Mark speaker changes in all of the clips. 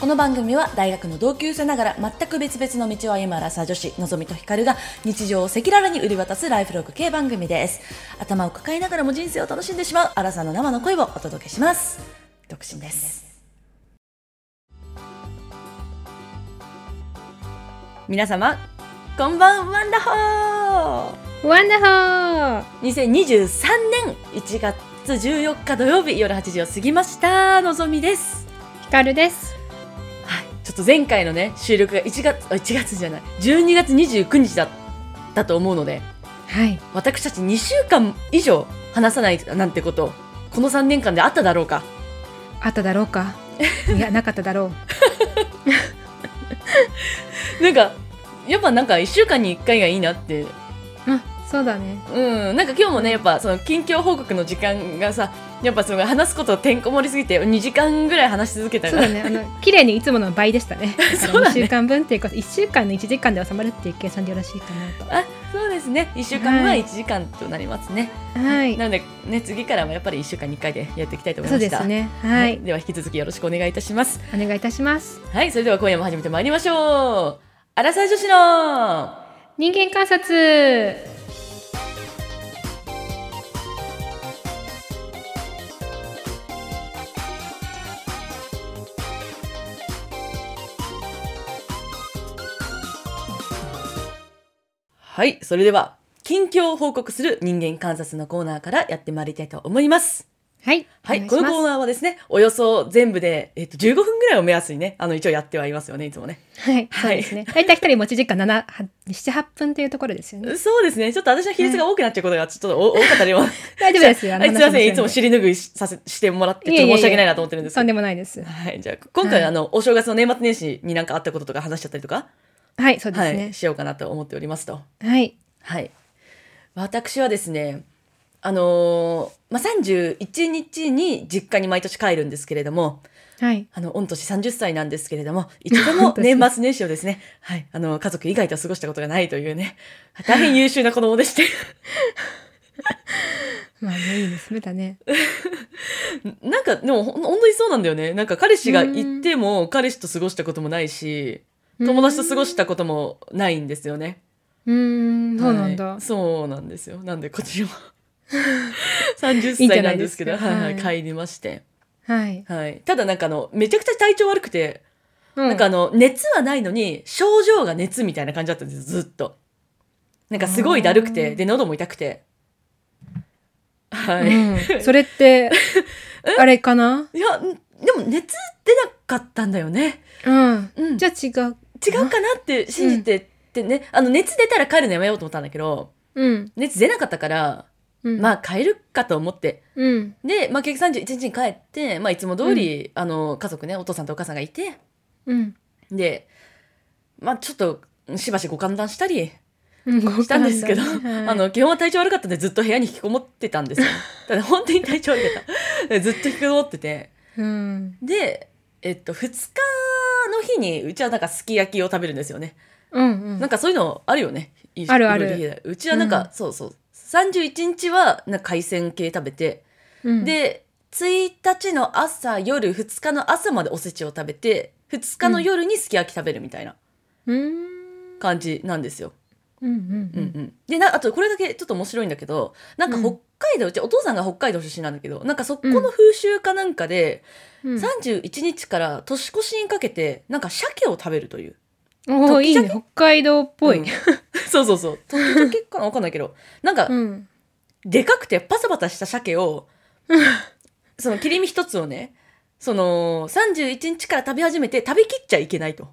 Speaker 1: この番組は大学の同級生ながら全く別々の道を歩むアラサー女子のぞみとひかるが日常を赤裸々に売り渡すライフログ系番組です頭を抱えながらも人生を楽しんでしまうアラサーの生の声をお届けします独身です皆様こんばんワンダホー
Speaker 2: ワンダホー
Speaker 1: 2023年1月14日土曜日夜8時を過ぎましたのぞみです
Speaker 2: ひかるです。
Speaker 1: はいちょっと前回のね収録が1月あ1月じゃない12月29日だだと思うので
Speaker 2: はい。
Speaker 1: 私たち2週間以上話さないなんてことこの3年間であっただろうか
Speaker 2: あっただろ うか。いや、なかっただろ
Speaker 1: なんかやっぱなんか1週間に1回がいいなって
Speaker 2: う。あ、そうだね。
Speaker 1: うんなんか今日もねやっぱその近況報告の時間がさやっぱその話すことてんこ盛りすぎて2時間ぐらい話し続けた
Speaker 2: そう
Speaker 1: から
Speaker 2: だね。あの、綺麗にいつもの倍でしたね。
Speaker 1: そうだね
Speaker 2: 2週間分っていうか、1週間の1時間で収まるっていう計算でよろしいかな
Speaker 1: あそうですね1週間は
Speaker 2: はい
Speaker 1: 1時間となりますね、
Speaker 2: と。はい
Speaker 1: な。のでね次からもやっぱり1週間2回でやっていきたいと思い
Speaker 2: そう
Speaker 1: まし
Speaker 2: で
Speaker 1: た
Speaker 2: すね。はい。
Speaker 1: では引き続きよろしくお願いいたします
Speaker 2: お願いいたします。
Speaker 1: はいそれでは今夜も始めてまいりましょうアラサー女子の
Speaker 2: 人間観察。
Speaker 1: はいそれでは近況を報告する人間観察のコーナーからやってまいりたいと思います
Speaker 2: はい。
Speaker 1: はい
Speaker 2: お
Speaker 1: こ
Speaker 2: 願
Speaker 1: のコー
Speaker 2: しま
Speaker 1: ナーはですねおよそ全部で、えっと、15分ぐらいを目安にねあの一応やってはいますよねいつもね
Speaker 2: すはい。
Speaker 1: は
Speaker 2: そう
Speaker 1: い
Speaker 2: ですね。大体一人持ち時間7、7、8分っていうところですよね。
Speaker 1: そうですねちょっと私の比率が多くなっちゃうことがちょっとお多かったりも
Speaker 2: 大丈夫ですよ。あ
Speaker 1: はい、すいません、いつも
Speaker 2: 知
Speaker 1: 尻拭いしさせしてもらって、
Speaker 2: い
Speaker 1: ち
Speaker 2: え
Speaker 1: ょ
Speaker 2: い
Speaker 1: っ
Speaker 2: えいえ
Speaker 1: と申し訳ないなと思ってるんですけ
Speaker 2: と
Speaker 1: ど。
Speaker 2: んでもないです。
Speaker 1: はい、じゃあ、今回、
Speaker 2: はい
Speaker 1: あの、お正月の年末年始になんかあったこととか話しちゃったりとか、
Speaker 2: はい、そうで
Speaker 1: は
Speaker 2: す
Speaker 1: い、
Speaker 2: ね。
Speaker 1: しようかなと思っておりますと。
Speaker 2: はい。
Speaker 1: はい。私はですね、あのーまあ、31日に実家に毎年帰るんですけれども、
Speaker 2: はい。
Speaker 1: あの、御年30歳なんですけれども、一度 も年末年始をですね、はい、あの、家族以外と過ごしたことがないというね、大変優秀な子供でして、
Speaker 2: まあね、いい娘だね。
Speaker 1: なんかでもほん本当にそうなんだよねなんか彼氏がいても彼氏と過ごしたこともないし友達と過ごしたこともないんですよね
Speaker 2: うーん、そうなんだ。
Speaker 1: はいそうなんですよなんでこっちも 30
Speaker 2: いいんじ
Speaker 1: 歳な
Speaker 2: ゃなんい
Speaker 1: で
Speaker 2: ですす
Speaker 1: け
Speaker 2: か
Speaker 1: どはいは
Speaker 2: はい
Speaker 1: 帰りまして、
Speaker 2: はい。
Speaker 1: はい、ただなんかあのめちゃくちゃ体調悪くて、
Speaker 2: な
Speaker 1: なんかあの熱はないのに症状が熱みたいな感じだったんですずっとなんかすごいだるく
Speaker 2: あ
Speaker 1: て
Speaker 2: ー
Speaker 1: で喉も痛くてはい、
Speaker 2: うん、 それって、あれかない
Speaker 1: やんでも熱出なかったんだよね
Speaker 2: うん。
Speaker 1: うん
Speaker 2: じゃあ違う。
Speaker 1: 違うかなって信じてってね、あの熱出たら帰るのやめようと思ったんだけど
Speaker 2: うん。
Speaker 1: 熱出なかったから、
Speaker 2: うん、
Speaker 1: まあ帰るかと思って
Speaker 2: うん。
Speaker 1: で、まあ、結局31日に帰って、まあ、いつも通り、あの家族ねお父さんとお母さんがいて
Speaker 2: うん。
Speaker 1: で、まあ、ちょっとしばしご歓談したり
Speaker 2: うん。
Speaker 1: したんですけど、
Speaker 2: ご感動ねはい
Speaker 1: あの基本は体調悪かったんでずっと部屋に引きこもってたん ですよただ本当に体調悪かったでずっと引きこもってて
Speaker 2: うん。
Speaker 1: で、えっと、2日の日にうちはなんかすき焼きを食べるんですよね
Speaker 2: うん。うん。
Speaker 1: なんかそういうのあるよね。い
Speaker 2: あるある
Speaker 1: いろいろ言えないうちはなんか、
Speaker 2: うん
Speaker 1: そうそう。31日はなんか海鮮系食べて、
Speaker 2: うん、
Speaker 1: で、1日の朝、夜、2日の朝までおせちを食べて、2日の夜にすき焼き食べるみたいな
Speaker 2: うん。うん。
Speaker 1: 感じなんですよ。
Speaker 2: うん。うん。
Speaker 1: うんうん。で、なあとこれだけちょっと面白いんだけど、なんか
Speaker 2: うん
Speaker 1: 北海道、うちお父さんが北海道出身なんだけど、なんかそこの風習かなんかで、
Speaker 2: うん。
Speaker 1: 31日から年越しにかけて、なんか鮭を食べるという。
Speaker 2: おお、いいね。北海道っぽい。
Speaker 1: う
Speaker 2: うんん。
Speaker 1: そうそうそう。時々かなわかんないけど、なんか、でかくてパサパサした鮭 を、その切り身一つをね、その31日から食べ始めて食べきっちゃいけないと。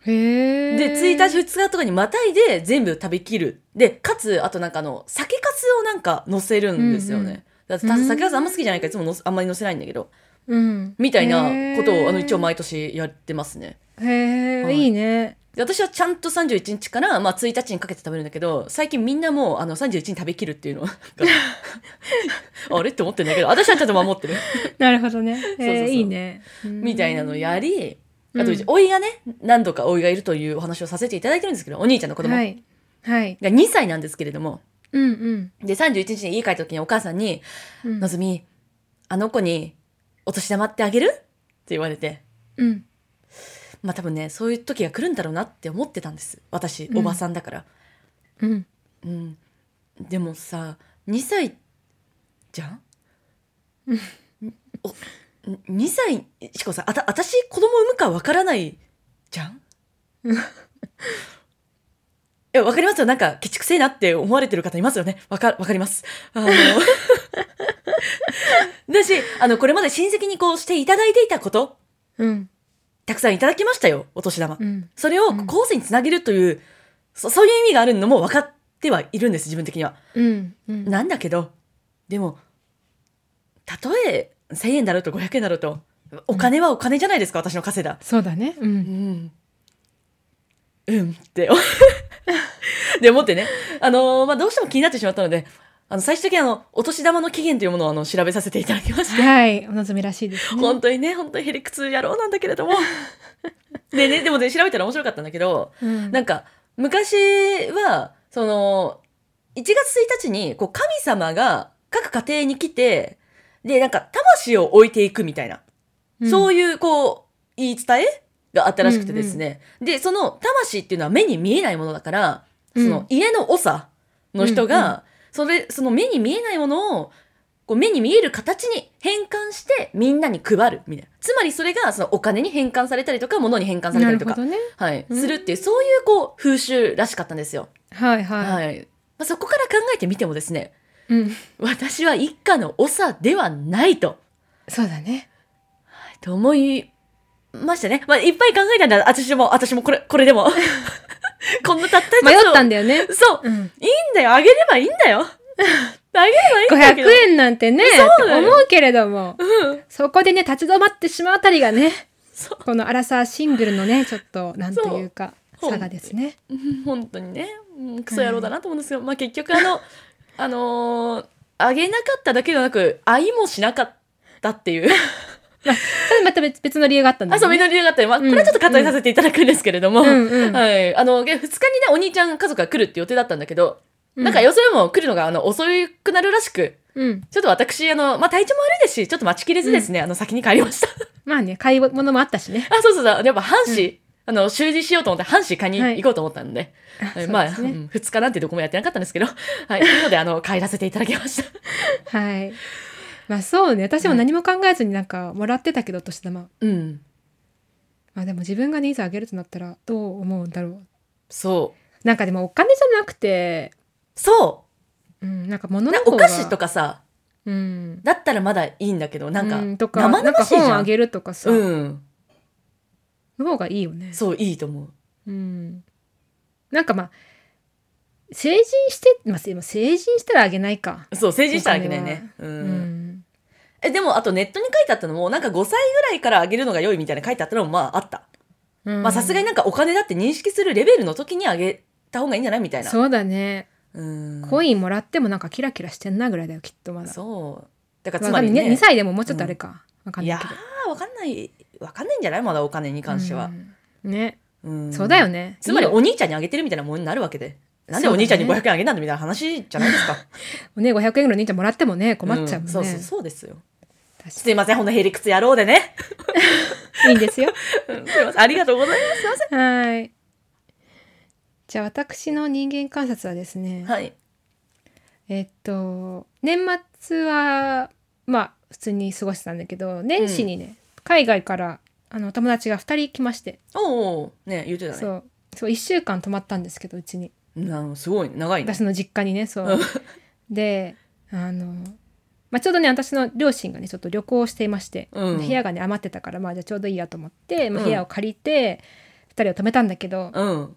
Speaker 2: へえ。
Speaker 1: で、1日、2日とかにまたいで全部食べきる。で、かつ、あとなんかあの、酒かすをなんか乗せるんですよ
Speaker 2: うんうん
Speaker 1: ね。だってた酒かすあんま好きじゃないからいつものあんまり乗せないんだけど、
Speaker 2: うん。
Speaker 1: みたいなことをあの一応
Speaker 2: 前。
Speaker 1: 毎年やってますね。
Speaker 2: へ
Speaker 1: は
Speaker 2: え、
Speaker 1: い
Speaker 2: いいね。
Speaker 1: で私はちゃんと31日から、まあ、1日にかけて食べるんだけど最近みんなもうあの31日に食べきるっていうの はあれって思ってんだけど私はちゃんと守ってる
Speaker 2: なるほど ね。
Speaker 1: そうそう
Speaker 2: へえ、いいね。
Speaker 1: みたいなのをやりあとうち
Speaker 2: うん
Speaker 1: おいがね何度かおいがいるというお話をさせていただいてるんですけどお兄ちゃんの子供
Speaker 2: は
Speaker 1: が
Speaker 2: い。はい。
Speaker 1: 2歳なんですけれども
Speaker 2: うんうん。
Speaker 1: で31日に家帰った時にお母さんに「
Speaker 2: うん
Speaker 1: のぞみあの子にお年玉ってあげる?」って言われて
Speaker 2: うん
Speaker 1: まあ多分ねそういう時が来るんだろうなって思ってたんです私
Speaker 2: うん
Speaker 1: おばさんだから、
Speaker 2: うん
Speaker 1: うんでもさ2歳じゃん
Speaker 2: うん
Speaker 1: お2歳しかもさあた私子供産むかわからないじゃん
Speaker 2: うん
Speaker 1: えわかりますよなんかケチくせえなって思われてる方いますよねわかわかりますあ のだしあのこれまで親戚にこうしていただいていたこと
Speaker 2: うん
Speaker 1: たくさんいただきましたよお年玉、
Speaker 2: うん
Speaker 1: それを
Speaker 2: うん
Speaker 1: 後世につなげるという、そそういう意味があるのも分かってはいるんです自分的には。
Speaker 2: うんうん
Speaker 1: なんだけどでもたとえ1,000円だろうと500円だろうとお金はお金じゃないですか、私の稼いだ。
Speaker 2: そうだねう
Speaker 1: うんん、うんって で思ってね、あのーまあ、どうしても気になってしまったのであの最終的にあのお年玉の期限というものをあの調べさせていただきまして
Speaker 2: はいお望みらしいですね
Speaker 1: 本当にね本当にへりくつ野郎なんだけれ どもでねでもね調べたら面白かったんだけど
Speaker 2: うん
Speaker 1: なんか昔はその1月1日にこう神様が各家庭に来てでなんか魂を置いていくみたいな、そう
Speaker 2: い
Speaker 1: いうこう言い伝えがあったらしくてですね、でその魂っていうのは目に見えないものだからそ
Speaker 2: うん
Speaker 1: の家の長の人
Speaker 2: うん
Speaker 1: がそれその目に見えないものをこう目に見える形に変換してみんなに配るみたいなつまりそれがそのお金に変換されたりとか物に変換されたり
Speaker 2: な
Speaker 1: と
Speaker 2: るほ
Speaker 1: か
Speaker 2: どね
Speaker 1: はい、
Speaker 2: うん
Speaker 1: するっていうそういうこう風習らしかったんですよ。
Speaker 2: はいはい
Speaker 1: はいまあ、そこから考えてみてもですね
Speaker 2: うん
Speaker 1: 私は一家の長ではないと
Speaker 2: そうだね
Speaker 1: と思いましたね、まあ、いっぱい考えたんだ私も私もこれこれで もこんなたった
Speaker 2: 迷
Speaker 1: 一つを
Speaker 2: ったんだよね
Speaker 1: そう
Speaker 2: うん
Speaker 1: いいんだよあげればいいんだよあげればいいんだけ
Speaker 2: 500
Speaker 1: ど
Speaker 2: 円なんてね
Speaker 1: そうだよ
Speaker 2: 思うけれども
Speaker 1: うん
Speaker 2: そこでね立ち止まってしまうあたりがね
Speaker 1: そう
Speaker 2: このアラサーシングルのねちょっとなんというか
Speaker 1: そう
Speaker 2: 差がですね
Speaker 1: うん本当にね、うん、クソ野郎だなと思うんですけど、まあ、結局あのあのーあげなかっただけではなく会いもしなかったっていう
Speaker 2: それまた別別の理由があったんだ
Speaker 1: あ、そう、
Speaker 2: よね
Speaker 1: 緑色だったり、まあ、こ
Speaker 2: うん
Speaker 1: れはちょっと割愛させていただくんですけれども、
Speaker 2: うんう ん
Speaker 1: はい。あの、で2日にね、お兄ちゃん家族が来るって予定だったんだけど、なんか、よそれも来るのが、あの、遅くなるらしく、
Speaker 2: うんうん、
Speaker 1: ちょっと私、あの、まあ、体調も悪いですし、ちょっと待ちきれずですね、 あの、先に帰りました。
Speaker 2: まあね買い物もあったしね
Speaker 1: あ、そうそうそう、やっぱ、阪神、あの、習字しようと思って、阪神買いに
Speaker 2: はい
Speaker 1: 行こうと思ったんで、はい
Speaker 2: そう
Speaker 1: まあ、
Speaker 2: ですね
Speaker 1: 2日なんてどこもやってなかったんですけど、 はい。というので、あの、帰らせていただきました。
Speaker 2: はいまあそうね私も何も考えずになんかもらってたけどお年玉
Speaker 1: うん。
Speaker 2: まあでも自分がねいざあげるとなったらどう思うんだろう
Speaker 1: そう。
Speaker 2: なんかでもお金じゃなくて
Speaker 1: そ
Speaker 2: うんなんか物
Speaker 1: う。な
Speaker 2: の
Speaker 1: お
Speaker 2: 方が
Speaker 1: 菓子とかさ、
Speaker 2: うん
Speaker 1: だったらまだいいんだけど、なんか、
Speaker 2: うとか
Speaker 1: 生
Speaker 2: なん
Speaker 1: 々
Speaker 2: か
Speaker 1: しいじ
Speaker 2: 本
Speaker 1: ゃ
Speaker 2: あ
Speaker 1: ん。
Speaker 2: げるとかさ、
Speaker 1: うん。
Speaker 2: の方がいいよね
Speaker 1: そういいと思う。
Speaker 2: うんなんかまあ成人して、まあ、せ成人したらあげないか。
Speaker 1: そう成人したらあげないね。う
Speaker 2: うんん。
Speaker 1: えでもあとネットに書いてあったのもなんか5歳ぐらいからあげるのが良いみたいな書いてあったのもまああった。
Speaker 2: うん
Speaker 1: まあさすがになんかお金だって認識するレベルの時にあげた方がいいんじゃないみたいな。
Speaker 2: そうだね。
Speaker 1: うん。
Speaker 2: コインもらってもなんかキラキラしてんなぐらいだよ、きっとまだ。
Speaker 1: そう。だから
Speaker 2: まあ
Speaker 1: つまり
Speaker 2: ね
Speaker 1: ね。
Speaker 2: 2歳でももうちょっとあれか。わかん
Speaker 1: い
Speaker 2: な
Speaker 1: や
Speaker 2: いけど。
Speaker 1: ーわかんないわかんないんじゃないまだお金に関しては。
Speaker 2: うん。ね、
Speaker 1: うん
Speaker 2: そうだよ。ね。
Speaker 1: つまり
Speaker 2: いいよ
Speaker 1: お兄ちゃんにあげてるみたいなものになるわけで。なんで
Speaker 2: そう
Speaker 1: お
Speaker 2: だね
Speaker 1: 兄ちゃんに500円あげなんだみたいな話じゃないですか。
Speaker 2: ね、500円ぐらいの兄ちゃんもらってもね、 困っちゃうも
Speaker 1: ん
Speaker 2: んね。
Speaker 1: そうそうそうですよ。
Speaker 2: 確か
Speaker 1: すいません、ほんのへりくつ野郎でね。
Speaker 2: にいいんですよ。
Speaker 1: うんすいません、ありがとうございます。すいま
Speaker 2: はい。じゃあ私の人間観察はですね、
Speaker 1: せん。はい。
Speaker 2: えっと年末はまあ普通に過ごしてたんだけど年始にね、海外からあの友達が2人来まして、
Speaker 1: おおね言ってたね
Speaker 2: そうそう1週間泊まったんですけどうちに
Speaker 1: なすごいね長いね
Speaker 2: 私の実家にねそううんであの、まあ、ちょうどね私の両親がねちょっと旅行していまして、
Speaker 1: うん
Speaker 2: 部屋がね余ってたからまあじゃあちょうどいいやと思って、まあ、
Speaker 1: うん
Speaker 2: 部屋を借りて2人を泊めたんだけど、
Speaker 1: うん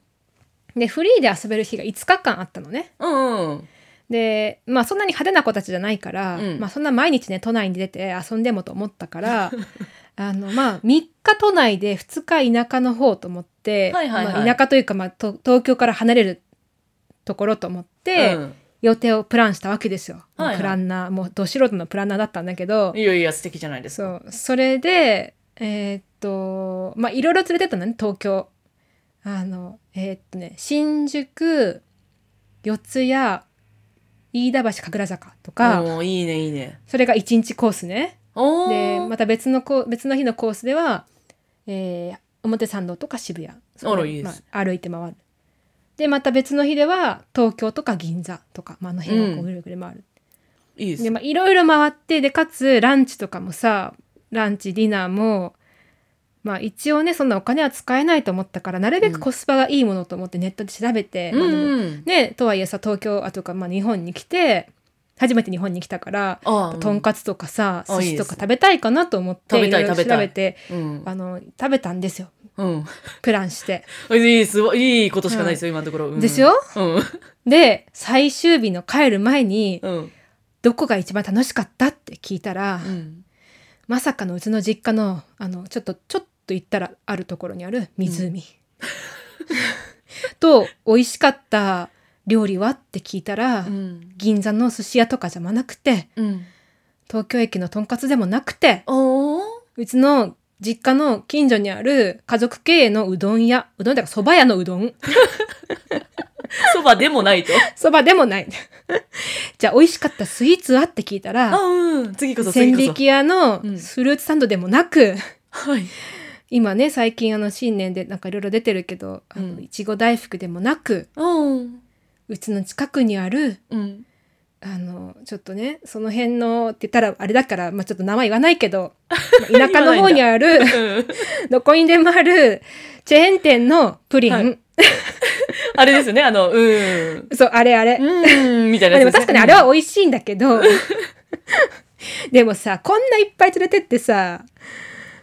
Speaker 2: でフリーで遊べる日が5日間あったのね。
Speaker 1: うんうん
Speaker 2: でまあそんなに派手な子たちじゃないから、
Speaker 1: うん
Speaker 2: まあそんな毎日ね都内に出て遊んでもと思ったから あのまあ3日都内で2日田舎の方と思って、
Speaker 1: はいはいはい
Speaker 2: まあ、田舎というか、まあ、と東京から離れるところと思って、
Speaker 1: うん
Speaker 2: 予定をプランしたわけですよ、
Speaker 1: はいはい
Speaker 2: プランナーもうど素人のプランナーだったんだけど
Speaker 1: いやいや素敵じゃないです
Speaker 2: そ
Speaker 1: か
Speaker 2: うそれでえーっとまあいろいろ連れてったのね東京あのえーっとね新宿四谷飯田橋神楽坂とか、
Speaker 1: おーいいねいいね
Speaker 2: それが1日コースね
Speaker 1: おお
Speaker 2: でまた別のこ別の日のコースではえー表参道とか渋谷
Speaker 1: あらいいです
Speaker 2: まあ歩いて回るでまた別の日では東京とか銀座とか、まあ、あの辺
Speaker 1: う
Speaker 2: をこうんぐるぐる回る、
Speaker 1: いいです
Speaker 2: でまあいろいろ回ってでかつランチとかもさランチディナーもまあ一応ねそんなお金は使えないと思ったからなるべくコスパがいいものと思ってネットで調べて、
Speaker 1: うん
Speaker 2: まあでも
Speaker 1: うん
Speaker 2: ねとはいえさ東京あとか、まあ、日本に来て初めて日本に来たから
Speaker 1: あ
Speaker 2: とんかつとかさ
Speaker 1: あ
Speaker 2: 寿
Speaker 1: いい
Speaker 2: 司
Speaker 1: で
Speaker 2: と
Speaker 1: す
Speaker 2: か食べたいかなと思って
Speaker 1: 食べたい
Speaker 2: いろいろ
Speaker 1: 食べたい
Speaker 2: 調べて
Speaker 1: つうん
Speaker 2: あの食べたんですよ
Speaker 1: うん
Speaker 2: プランして。
Speaker 1: いいすごいいいことしかないですよ、今のところ、うん
Speaker 2: ですよ
Speaker 1: うん
Speaker 2: で最終日の帰る前に
Speaker 1: うん
Speaker 2: どこが一番楽しかったって聞いたら、
Speaker 1: うん
Speaker 2: まさかのうちの実家のあのちょっとちょっと行ったらあるところにある湖、と美味しかった料理はって聞いたら、
Speaker 1: うん
Speaker 2: 銀座の寿司屋とかじゃなくて
Speaker 1: うん
Speaker 2: 東京駅のとんかつでもなくて
Speaker 1: おー
Speaker 2: うちの実家の近所にある家族経営のうどん屋うどんだからそば屋のうど ん
Speaker 1: そばでもないと
Speaker 2: そばでもない じゃあ美味しかったスイーツはって聞いた
Speaker 1: あ
Speaker 2: ら
Speaker 1: うん次こそ
Speaker 2: 千
Speaker 1: 次こそ
Speaker 2: 疋屋の
Speaker 1: うん
Speaker 2: フルーツサンドでもなく、
Speaker 1: はい
Speaker 2: 今ね最近あの新年でなんかいろいろ出てるけどあの
Speaker 1: うん
Speaker 2: いちご大福でもなく
Speaker 1: うん
Speaker 2: うちの近くにある
Speaker 1: うん
Speaker 2: あのちょっとねその辺のって言ったらあれだから、まあ、ちょっと名前言わないけどまあ 田舎の方にある どこにでもあるチェーン店のプリン、
Speaker 1: はあれですよねあの うん
Speaker 2: そうあれあれ、ま
Speaker 1: うんみたいな
Speaker 2: あ、
Speaker 1: や
Speaker 2: でも
Speaker 1: つすね
Speaker 2: 確かにあれは美味しいんだ けどでもさこんないっぱい連れてってさ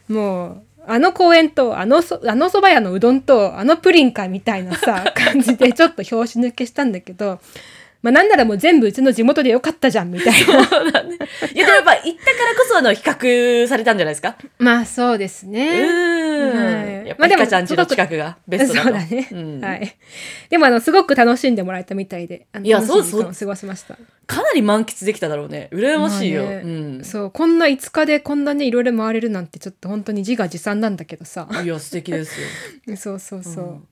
Speaker 2: もうあの公園とあのそあの蕎麦屋のうどんとあのプリンかみたいな さ感じでちょっと拍子抜けしたんだけど、まあ、なんならもう全部うちの地元でよかったじゃんみたいな
Speaker 1: そうだねいやでもやっぱ行ったからこそあの比較されたんじゃないですか
Speaker 2: まあそうです
Speaker 1: う
Speaker 2: ね。
Speaker 1: ー
Speaker 2: は
Speaker 1: ん
Speaker 2: い
Speaker 1: やっぱりかちゃんちの近くがベストだと
Speaker 2: そうだね、
Speaker 1: ん
Speaker 2: はい、でもあのすごく楽しんでもらえたみたいであの
Speaker 1: いや
Speaker 2: 楽し時
Speaker 1: そう
Speaker 2: 間を過ごしました
Speaker 1: かなり満喫できただろうね羨ましいよ、
Speaker 2: まあね
Speaker 1: うん
Speaker 2: そうこんな5日でこんなねいろいろ回れるなんてちょっと本当に自画自賛なんだけどさ
Speaker 1: いや素敵ですよ
Speaker 2: そうそう そう、
Speaker 1: ん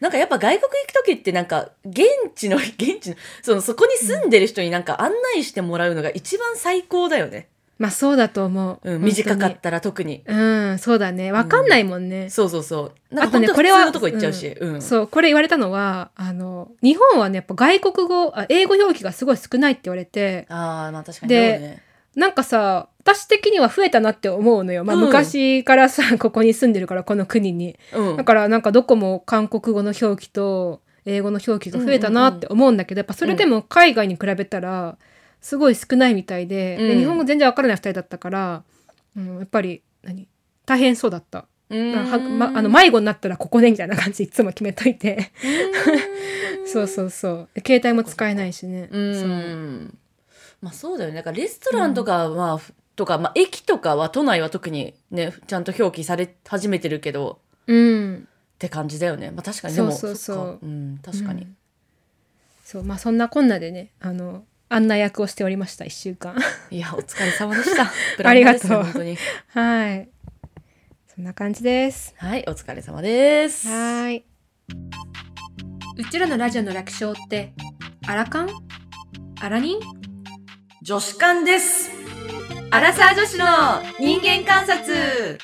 Speaker 1: なんかやっぱ外国行く時ってなんか現地の 現地のそのそこに住んでる人になんか案内してもらうのが一番最高だよね、
Speaker 2: まあそうだと思う、
Speaker 1: うん、短かったら特に
Speaker 2: たうんそうだねわかんないもんね、
Speaker 1: そうそうそうなん
Speaker 2: あ
Speaker 1: か本
Speaker 2: とね
Speaker 1: 当
Speaker 2: こ
Speaker 1: 普
Speaker 2: れは
Speaker 1: 通のとこ行っちゃうし、うん
Speaker 2: そうこれ言われたのはあの日本はねやっぱ外国語あ英語表記がすごい少ないって言われて
Speaker 1: あーまあ確かに
Speaker 2: で
Speaker 1: そうね
Speaker 2: なんかさ私的には増えたなって思うのよ、まあ、
Speaker 1: うん
Speaker 2: 昔からさ、ここに住んでるからこの国に
Speaker 1: うん
Speaker 2: だからなんかどこも韓国語の表記と英語の表記が増えたなって思うんだけど、やっぱそれでも海外に比べたらすごい少ないみたいで,で、
Speaker 1: うん
Speaker 2: 日本語全然わからない2人だったから、うん、やっぱり何大変そうだった、
Speaker 1: うーん
Speaker 2: はま、あの迷子になったらここねみたいな感じでいつも決めといて
Speaker 1: うーん
Speaker 2: そうそうそう携帯も使えないしね、
Speaker 1: う
Speaker 2: そうん
Speaker 1: まあそうだよねだからレストランとかは、とか、まあ、駅とかは都内は特にねちゃんと表記され始めてるけど
Speaker 2: うん
Speaker 1: って感じだよねまあ確かにでも
Speaker 2: そうそうそう
Speaker 1: そっかうん確かに、
Speaker 2: うんそうまあそんなこんなでねあの案内役をしておりました1週間
Speaker 1: いやお疲れ様でした
Speaker 2: ありがと
Speaker 1: ブ
Speaker 2: う
Speaker 1: ランドですよ本当に
Speaker 2: はいそんな感じです
Speaker 1: はいお疲れ様です
Speaker 2: ーい。うちらのラジオの楽勝って、アラカンアラニン
Speaker 1: 女子館です
Speaker 2: アラサー女子の
Speaker 1: 人間観察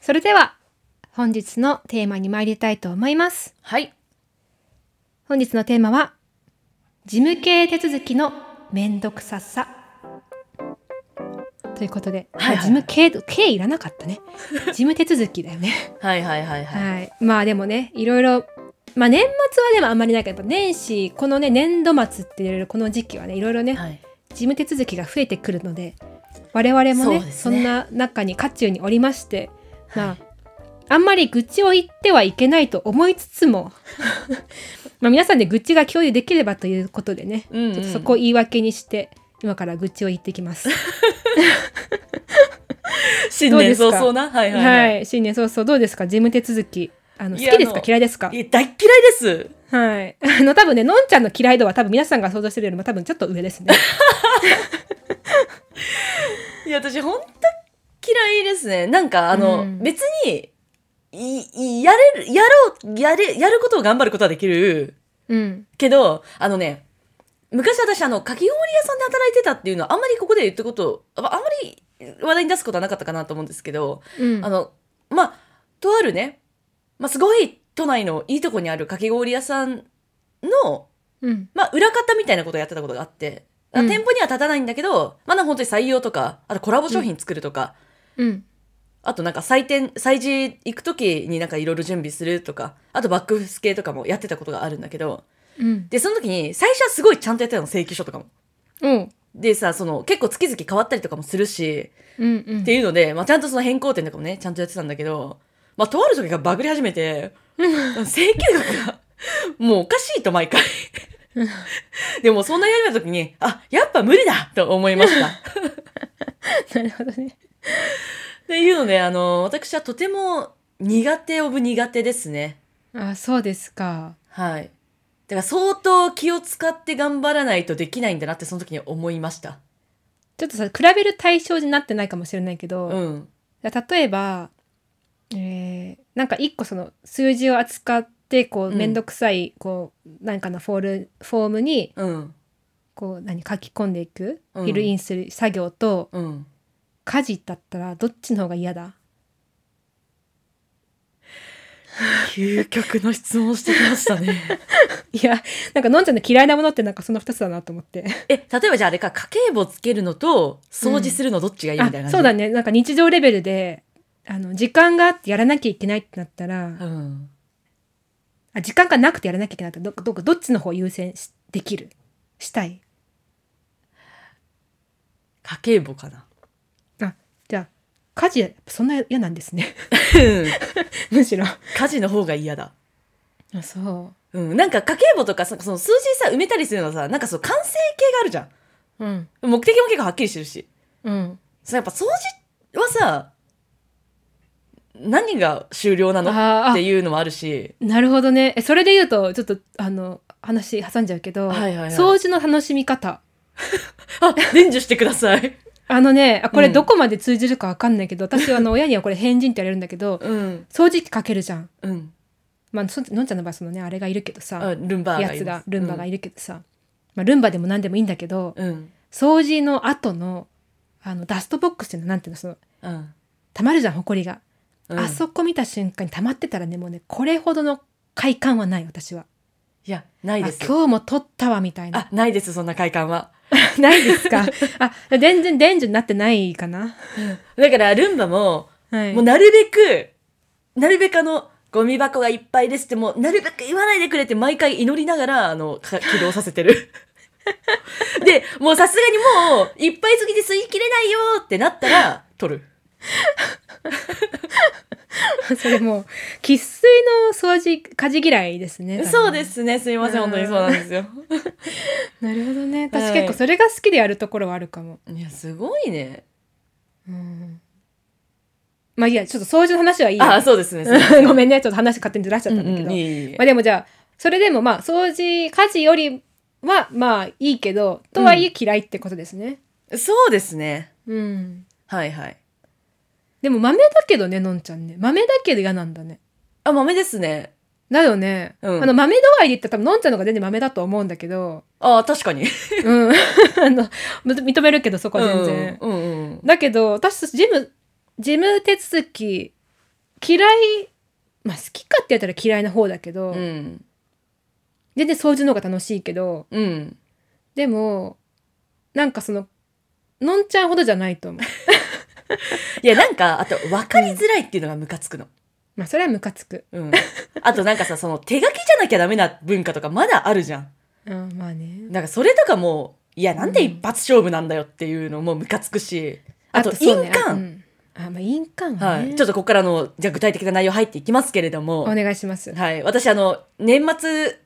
Speaker 2: それでは、本日のテーマに参りたいと思います。
Speaker 1: はい
Speaker 2: 本日のテーマは、事務系手続きのめんどくささ。ということで、
Speaker 1: はいはい
Speaker 2: まあ事務系、系いらなかった ね。事務手続きだよね。
Speaker 1: はいはいはいはい、
Speaker 2: はい、まあでもねいろいろまあ年末はでもあんまりないけどやっぱ年始このね年度末って言われるこの時期はねいろいろね
Speaker 1: はい
Speaker 2: 事務手続きが増えてくるので我々もね
Speaker 1: そう
Speaker 2: そ
Speaker 1: ですね
Speaker 2: んな中に渦中におりまして、まあ、
Speaker 1: はい
Speaker 2: あんまり愚痴を言ってはいけないと思いつ つもまあ皆さんで愚痴が共有できればということでね、
Speaker 1: うんうん
Speaker 2: ちょっとそこを言い訳にして今から愚痴を言ってきます。
Speaker 1: 新
Speaker 2: どうで
Speaker 1: 年
Speaker 2: すか
Speaker 1: 早々なはいはい
Speaker 2: は
Speaker 1: はい、
Speaker 2: い、新年早々どうですか事務手続きあの
Speaker 1: い
Speaker 2: 好
Speaker 1: や
Speaker 2: きです
Speaker 1: あ
Speaker 2: か
Speaker 1: の
Speaker 2: 嫌いですか
Speaker 1: いや大っ嫌いです
Speaker 2: はい。 あの、多分ね、のんちゃんの嫌い度は多分皆さんが想像してるよりも多分ちょっと上ですね。
Speaker 1: いや私本当嫌いですねなんかあの、
Speaker 2: うん
Speaker 1: 別にいいやれるやろうやれやることを頑張ることはできる
Speaker 2: うん。
Speaker 1: けどあのね昔私あのかき氷屋さんで働いてたっていうのはあんまりここで言ったことああんまり話題に出すことはなかったかなと思うんですけど、
Speaker 2: うん
Speaker 1: あのまあとあるね、まあ、すごい都内のいいとこにあるかき氷屋さんの、
Speaker 2: うん
Speaker 1: まあ、裏方みたいなことをやってたことがあって、あ
Speaker 2: うん
Speaker 1: 店舗には立たないんだけどまあなんか本当に採用とかあとコラボ商品作るとか、
Speaker 2: うん
Speaker 1: あとなんか採点催事行く時になんかいろいろ準備するとかあとバックス系とかもやってたことがあるんだけど
Speaker 2: うん
Speaker 1: でその時に最初はすごいちゃんとやってたの請求書とかも。
Speaker 2: うん
Speaker 1: でさその結構月々変わったりとかもするし
Speaker 2: うんうん
Speaker 1: っていうので、まあ、ちゃんとその変更点とかもねちゃんとやってたんだけど、まあ、とある時がバグり始めて請求額がもうおかしいと毎回
Speaker 2: うん
Speaker 1: でもそんなやり始めた時にあやっぱ無理だと思いましたっ
Speaker 2: なるほどね
Speaker 1: ていうのであの私はとても苦手オブ苦手ですね
Speaker 2: あそうですか
Speaker 1: はいだから相当気を使って頑張らないとできないんだなってその時に思いました
Speaker 2: ちょっとさ比べる対象になってないかもしれないけど、
Speaker 1: うん
Speaker 2: 例えば、えーなんか一個その数字を扱ってこ
Speaker 1: う
Speaker 2: うん面倒くさい、こうなんかのフォールフォームに
Speaker 1: うん
Speaker 2: こう何書き込んでいく、
Speaker 1: うん
Speaker 2: フィルインする作業と
Speaker 1: うん
Speaker 2: 家事だったらどっちの方が嫌だ
Speaker 1: 究極の質問してきましたね
Speaker 2: いやなんかのんちゃんの嫌いなものってなんかその2つだなと思って
Speaker 1: え例えばじゃああれか家計簿つけるのと掃除するのどっちがいいみたいな感
Speaker 2: あ
Speaker 1: じ、
Speaker 2: そうだねなんか日常レベルであの時間があってやらなきゃいけないってなったら、
Speaker 1: うん
Speaker 2: あ時間がなくてやらなきゃいけないってどどどっちの方を優先しできるしたい
Speaker 1: 家計簿かな
Speaker 2: あじゃあ家事やっぱそんな嫌なんですね
Speaker 1: うん
Speaker 2: むしろ
Speaker 1: 家事の方が嫌だ
Speaker 2: あそ
Speaker 1: うん、なんか家計簿とかさその数字さ埋めたりするのはさなんかその完成形があるじゃ
Speaker 2: ううん
Speaker 1: ん目的も結構はっきりしてるし
Speaker 2: うん
Speaker 1: さやっぱ掃除はさ何が終了なのっ
Speaker 2: あ
Speaker 1: て
Speaker 2: ー
Speaker 1: いうのもあるし
Speaker 2: あなるほどねえそれで言うとちょっとあの話挟んじゃうけど、
Speaker 1: はいはいはい
Speaker 2: 掃除の楽しみ方
Speaker 1: あ伝授してください
Speaker 2: あのねあ
Speaker 1: う
Speaker 2: これ
Speaker 1: ん
Speaker 2: どこまで通じるかわかんないけど、私 はあの親にはこれ変人って言われるんだけど
Speaker 1: うん
Speaker 2: 掃除機かけるじゃん
Speaker 1: うん
Speaker 2: まあそのんちゃんの場合そのねあれがいるけどさ
Speaker 1: あルンバ
Speaker 2: やつがルンバがい
Speaker 1: る
Speaker 2: るけどさ、まあ、ルンバでも何でもいいんだけど
Speaker 1: うん
Speaker 2: 掃除の後のあのダストボックスっていうのなんていうのその
Speaker 1: うん、
Speaker 2: 溜まるじゃん埃が
Speaker 1: うん、
Speaker 2: あそこ見た瞬間に溜まってたらねもうねこれほどの快感はない私は。
Speaker 1: いやないです
Speaker 2: あ今日も取ったわみたいな。
Speaker 1: あないですそんな快感は
Speaker 2: ないですか。 あ全然伝授になってないかな。
Speaker 1: だからルンバも
Speaker 2: はい。
Speaker 1: もうなるべくなるべくあのゴミ箱がいっぱいですってもうなるべく言わないでくれって毎回祈りながらあのか起動させて るでもうさすがにもういっぱいすぎて吸い切れないよってなったら取る
Speaker 2: それもう生粋の掃除家事嫌いですね。多分
Speaker 1: そうで。すねすいません
Speaker 2: うん
Speaker 1: 本当にそうなんですよ
Speaker 2: なるほどね。
Speaker 1: は
Speaker 2: 私
Speaker 1: い
Speaker 2: 結構それが好きでやるところはあるかも。
Speaker 1: いやすごいね
Speaker 2: うん。まあいいやちょっと掃除の話はいいや。
Speaker 1: あそうですねすいませ
Speaker 2: ごめんねちょっと話勝手にずらしちゃったんだけど。
Speaker 1: うんうんいいいい
Speaker 2: まあでもじゃあそれでもまあ掃除家事よりはまあいいけどとはいえ嫌いってことですね。
Speaker 1: そうですね
Speaker 2: うん
Speaker 1: はいはい
Speaker 2: でも豆だけどねのんちゃんね豆だけど嫌なんだね
Speaker 1: あ豆ですね
Speaker 2: だよね、
Speaker 1: うん
Speaker 2: あの豆度合いで言ったら多分のんちゃんの方が全然豆だと思うんだけど
Speaker 1: あ確かに
Speaker 2: うん あの認めるけどそこは全然、
Speaker 1: うんうんうん
Speaker 2: だけど私ジムジム手続き嫌いまあ好きかって言ったら嫌いな方だけど、
Speaker 1: うん
Speaker 2: 全然掃除の方が楽しいけど
Speaker 1: うん
Speaker 2: でもなんかそののんちゃんほどじゃない と思う
Speaker 1: いやなんかあと分かりづらいっていうのがムカつくの
Speaker 2: まあそれはムカつく
Speaker 1: うん、あとなんかさその手書きじゃなきゃダメな文化とかまだあるじゃん
Speaker 2: うんまあね
Speaker 1: なんかそれとかもいやなんで一発勝負なんだよっていうのもムカつくしあと
Speaker 2: そう
Speaker 1: 印
Speaker 2: ね
Speaker 1: 鑑、
Speaker 2: あうんあまあ印鑑は
Speaker 1: は
Speaker 2: ね、
Speaker 1: い、ちょっとここからのじゃあ具体的な内容入っていきますけれども
Speaker 2: お、願いします
Speaker 1: はい、私あの年末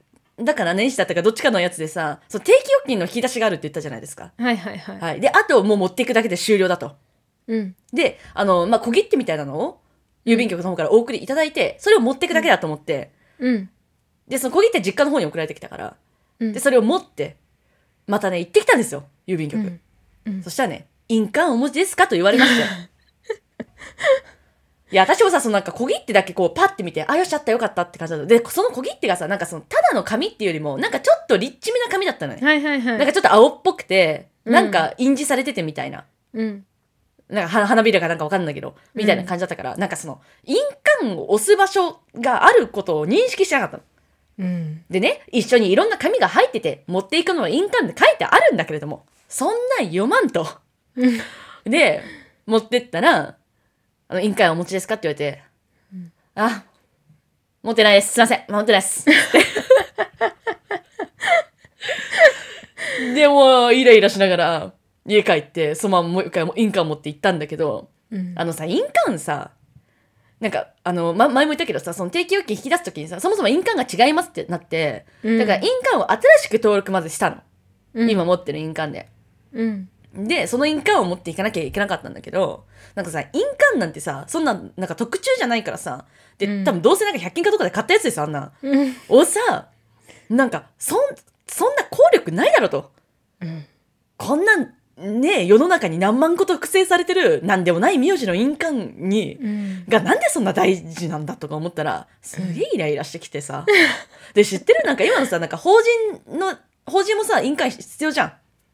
Speaker 1: だから年始だったかどっちかのやつでさその定期預金の引き出しがあるって言ったじゃないですか、
Speaker 2: はいはいはい。
Speaker 1: はい、であともう持っていくだけで終了だと
Speaker 2: うん。
Speaker 1: であの、まあ、小切手みたいなのを郵便局の方からお送りいただいてそれを持っていくだけだと思って、
Speaker 2: うん。
Speaker 1: でその小切手実家の方に送られてきたから
Speaker 2: うん。
Speaker 1: でそれを持ってまたね行ってきたんですよ郵便
Speaker 2: う
Speaker 1: 局、
Speaker 2: ん。うん
Speaker 1: そしたらね「印鑑お持ちですか?」と言われま したよいや私もさそのなんか小切手だけこうパッて見て「あよしあったよかった」って感じだったでその小切手がさなんかそのただの紙っていうよりもなんかちょっとリッチめな紙だったのね、
Speaker 2: はいはいはい。
Speaker 1: なんかちょっと青っぽくて
Speaker 2: うん
Speaker 1: なんか印字されててみたいな、
Speaker 2: うん。
Speaker 1: なんか花花びらかなんかわかんないけど、みたいな感じだったから、なんかその、印鑑を押す場所があることを認識してなかったの。
Speaker 2: うん
Speaker 1: でね、一緒にいろんな紙が入ってて、持っていくのは印鑑で書いてあるんだけれども、そんなん読まんと。
Speaker 2: うん
Speaker 1: で、持ってったら、あの、印鑑お持ちですかって言われて、
Speaker 2: うん
Speaker 1: あ、持ってないです。すいません。持ってない です。で、もうイライラしながら、家帰って、そのままもう一回も印鑑持って行ったんだけど、
Speaker 2: うん
Speaker 1: あのさ、印鑑さ、なんか、あの、ま、前も言ったけどさ、その定期預金引き出すときにさ、そもそも印鑑が違いますってなって、
Speaker 2: うん
Speaker 1: だから印鑑を新しく登録まずしたの。
Speaker 2: うん
Speaker 1: 今持ってる印鑑で。
Speaker 2: うん
Speaker 1: で、その印鑑を持っていかなきゃいけなかったんだけど、なんかさ、印鑑なんてさ、そんな、なんか特注じゃないからさ、で、
Speaker 2: うん
Speaker 1: 多分どうせなんか100均かとかで買ったやつでさ、あんな。
Speaker 2: うん
Speaker 1: をさ、なんか、そん、そんな効力ないだろと。
Speaker 2: うん
Speaker 1: こんなん、ね世の中に何万個と複製されてる、なんでもない名字の印鑑に、
Speaker 2: うん
Speaker 1: がなんでそんな大事なんだとか思ったらすげえイライラしてきてさ、で知ってるなんか今のさなんか法人の法人もさ印鑑必要じゃん、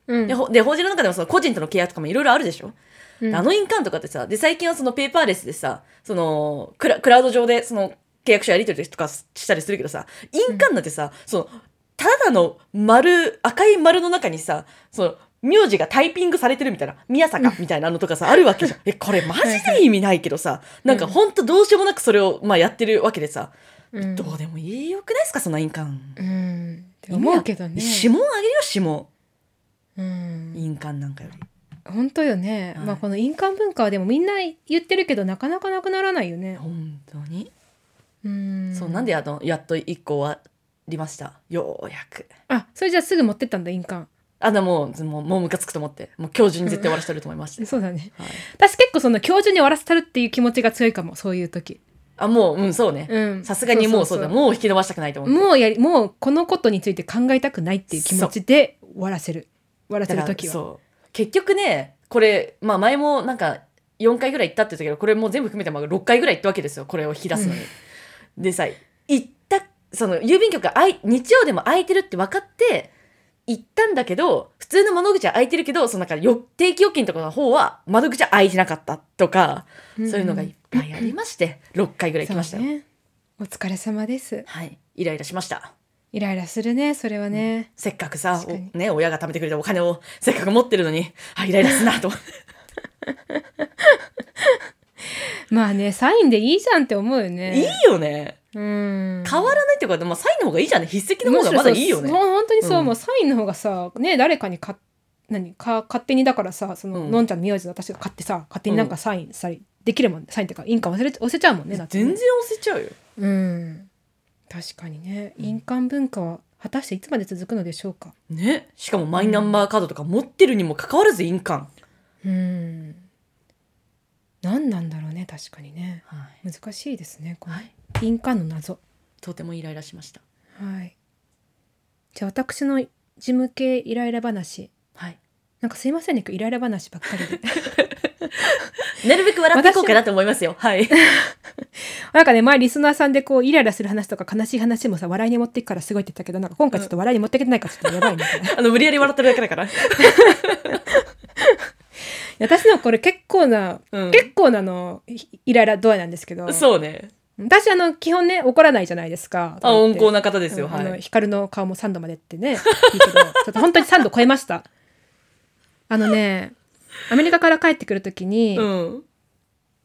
Speaker 2: うん
Speaker 1: でほで法人の中でもその個人との契約とかもいろいろあるでしょ、
Speaker 2: うん
Speaker 1: あの印鑑とかってさで最近はそのペーパーレスでさそのクラクラウド上でその契約書やり取りとかしたりするけどさ印鑑なんてさ、そのただの丸赤い丸の中にさその名字がタイピングされてるみたいな宮坂みたいなのとかさ、あるわけじ ゃんえこれマジで意味ないけどさなんかほんとどうしようもなくそれを、まあ、やってるわけでさ、
Speaker 2: うん
Speaker 1: どうでもいいよくないですかそんな印鑑、
Speaker 2: うんって思うけどね
Speaker 1: 指紋あげるよ指紋
Speaker 2: うん
Speaker 1: 印鑑なんかより
Speaker 2: 本当よね、
Speaker 1: はい
Speaker 2: まあこの印鑑文化はでもみんな言ってるけどなかなかなくならないよね
Speaker 1: 本当に
Speaker 2: うん
Speaker 1: そうなんであのやっと1個終わりましたようやく
Speaker 2: あそれじゃあすぐ持ってったんだ印鑑
Speaker 1: あでもうもうもうムカつくと思ってもう今日中に絶対終わらせてると思いました、
Speaker 2: そうだね
Speaker 1: はい、
Speaker 2: 私結構その今日中に終わらせたるっていう気持ちが強いかもそういう時
Speaker 1: あもううんそうね
Speaker 2: うん
Speaker 1: さすがにもうそうだ
Speaker 2: そそ
Speaker 1: もう引き伸ばしたくないと思って
Speaker 2: もうやりもうこのことについて考えたくないっていう気持ちで終わらせる終わらせ
Speaker 1: だ
Speaker 2: る
Speaker 1: から
Speaker 2: 時は
Speaker 1: そう結局ねこれ、まあ、前もなんか4回ぐらい行ったって言ったけどこれもう全部含めてまあ6回ぐらい行ったわけですよこれを引き出すのに。でさ行ったその郵便局があい日曜でも空いてるって分かって行ったんだけど普通の窓口は空いてるけどそのなんかよ定期預金とかの方は窓口は空いてなかったとか、
Speaker 2: ん
Speaker 1: そういうのがいっぱいありまして6回ぐらい行きましたよ、
Speaker 2: そうねお疲れ様です
Speaker 1: はいイライラしました。
Speaker 2: イライラするねそれはね、
Speaker 1: せっかくさ
Speaker 2: 確かに
Speaker 1: おね、親が貯めてくれたお金をせっかく持ってるのにあイライラすんな と
Speaker 2: まあねサインでいいじゃんって思うよね
Speaker 1: いいよね
Speaker 2: うん
Speaker 1: 変わらないってことは、まあ、サインの方がいいじゃんね筆跡の方がまだいいよ
Speaker 2: むしろ
Speaker 1: ね。
Speaker 2: そうほん本当にそう、
Speaker 1: うん
Speaker 2: もうサインの方がさね誰かにか何か勝手にだからさその、
Speaker 1: うん
Speaker 2: のんちゃんの名字私が買ってさ勝手になんかサインしたり、できるもんサインっていうか印鑑忘れちゃ忘れちゃうもんねだってね
Speaker 1: 全然押せちゃうよ。
Speaker 2: うん確かにね印鑑文化は果たしていつまで続くのでしょうか
Speaker 1: ね、しかもマイナンバーカードとか持ってるにもかかわらず印鑑。
Speaker 2: うん何なんだろうね確かにね
Speaker 1: はい、
Speaker 2: 難しいですねこの
Speaker 1: はい
Speaker 2: 印鑑の謎
Speaker 1: とてもイライラしました。
Speaker 2: はいじゃあ私の事務系イライラ話
Speaker 1: はい、
Speaker 2: なんかすいませんね今日イライラ話ばっかりで
Speaker 1: なるべく笑っていこうかなと思いますよ。はい、
Speaker 2: なんかね前リスナーさんでこうイライラする話とか悲しい話もさ笑いに持っていくからすごいって言ったけどなんか今回ちょっと笑いに持っていけてないからちょっとやばいね
Speaker 1: あの無理やり笑ってるだけだから。
Speaker 2: 私のこれ結構な、
Speaker 1: うん
Speaker 2: 結構なあのイイライラ度合いなんですけど
Speaker 1: そうね。
Speaker 2: 私あの基本ね怒らないじゃないですか
Speaker 1: あ、温厚
Speaker 2: な
Speaker 1: な方ですよ。
Speaker 2: あ
Speaker 1: は
Speaker 2: の
Speaker 1: い。
Speaker 2: 光の顔も3度までってねいいけどちょっと本当に3度超えましたあのねアメリカから帰ってくる時に、
Speaker 1: うん、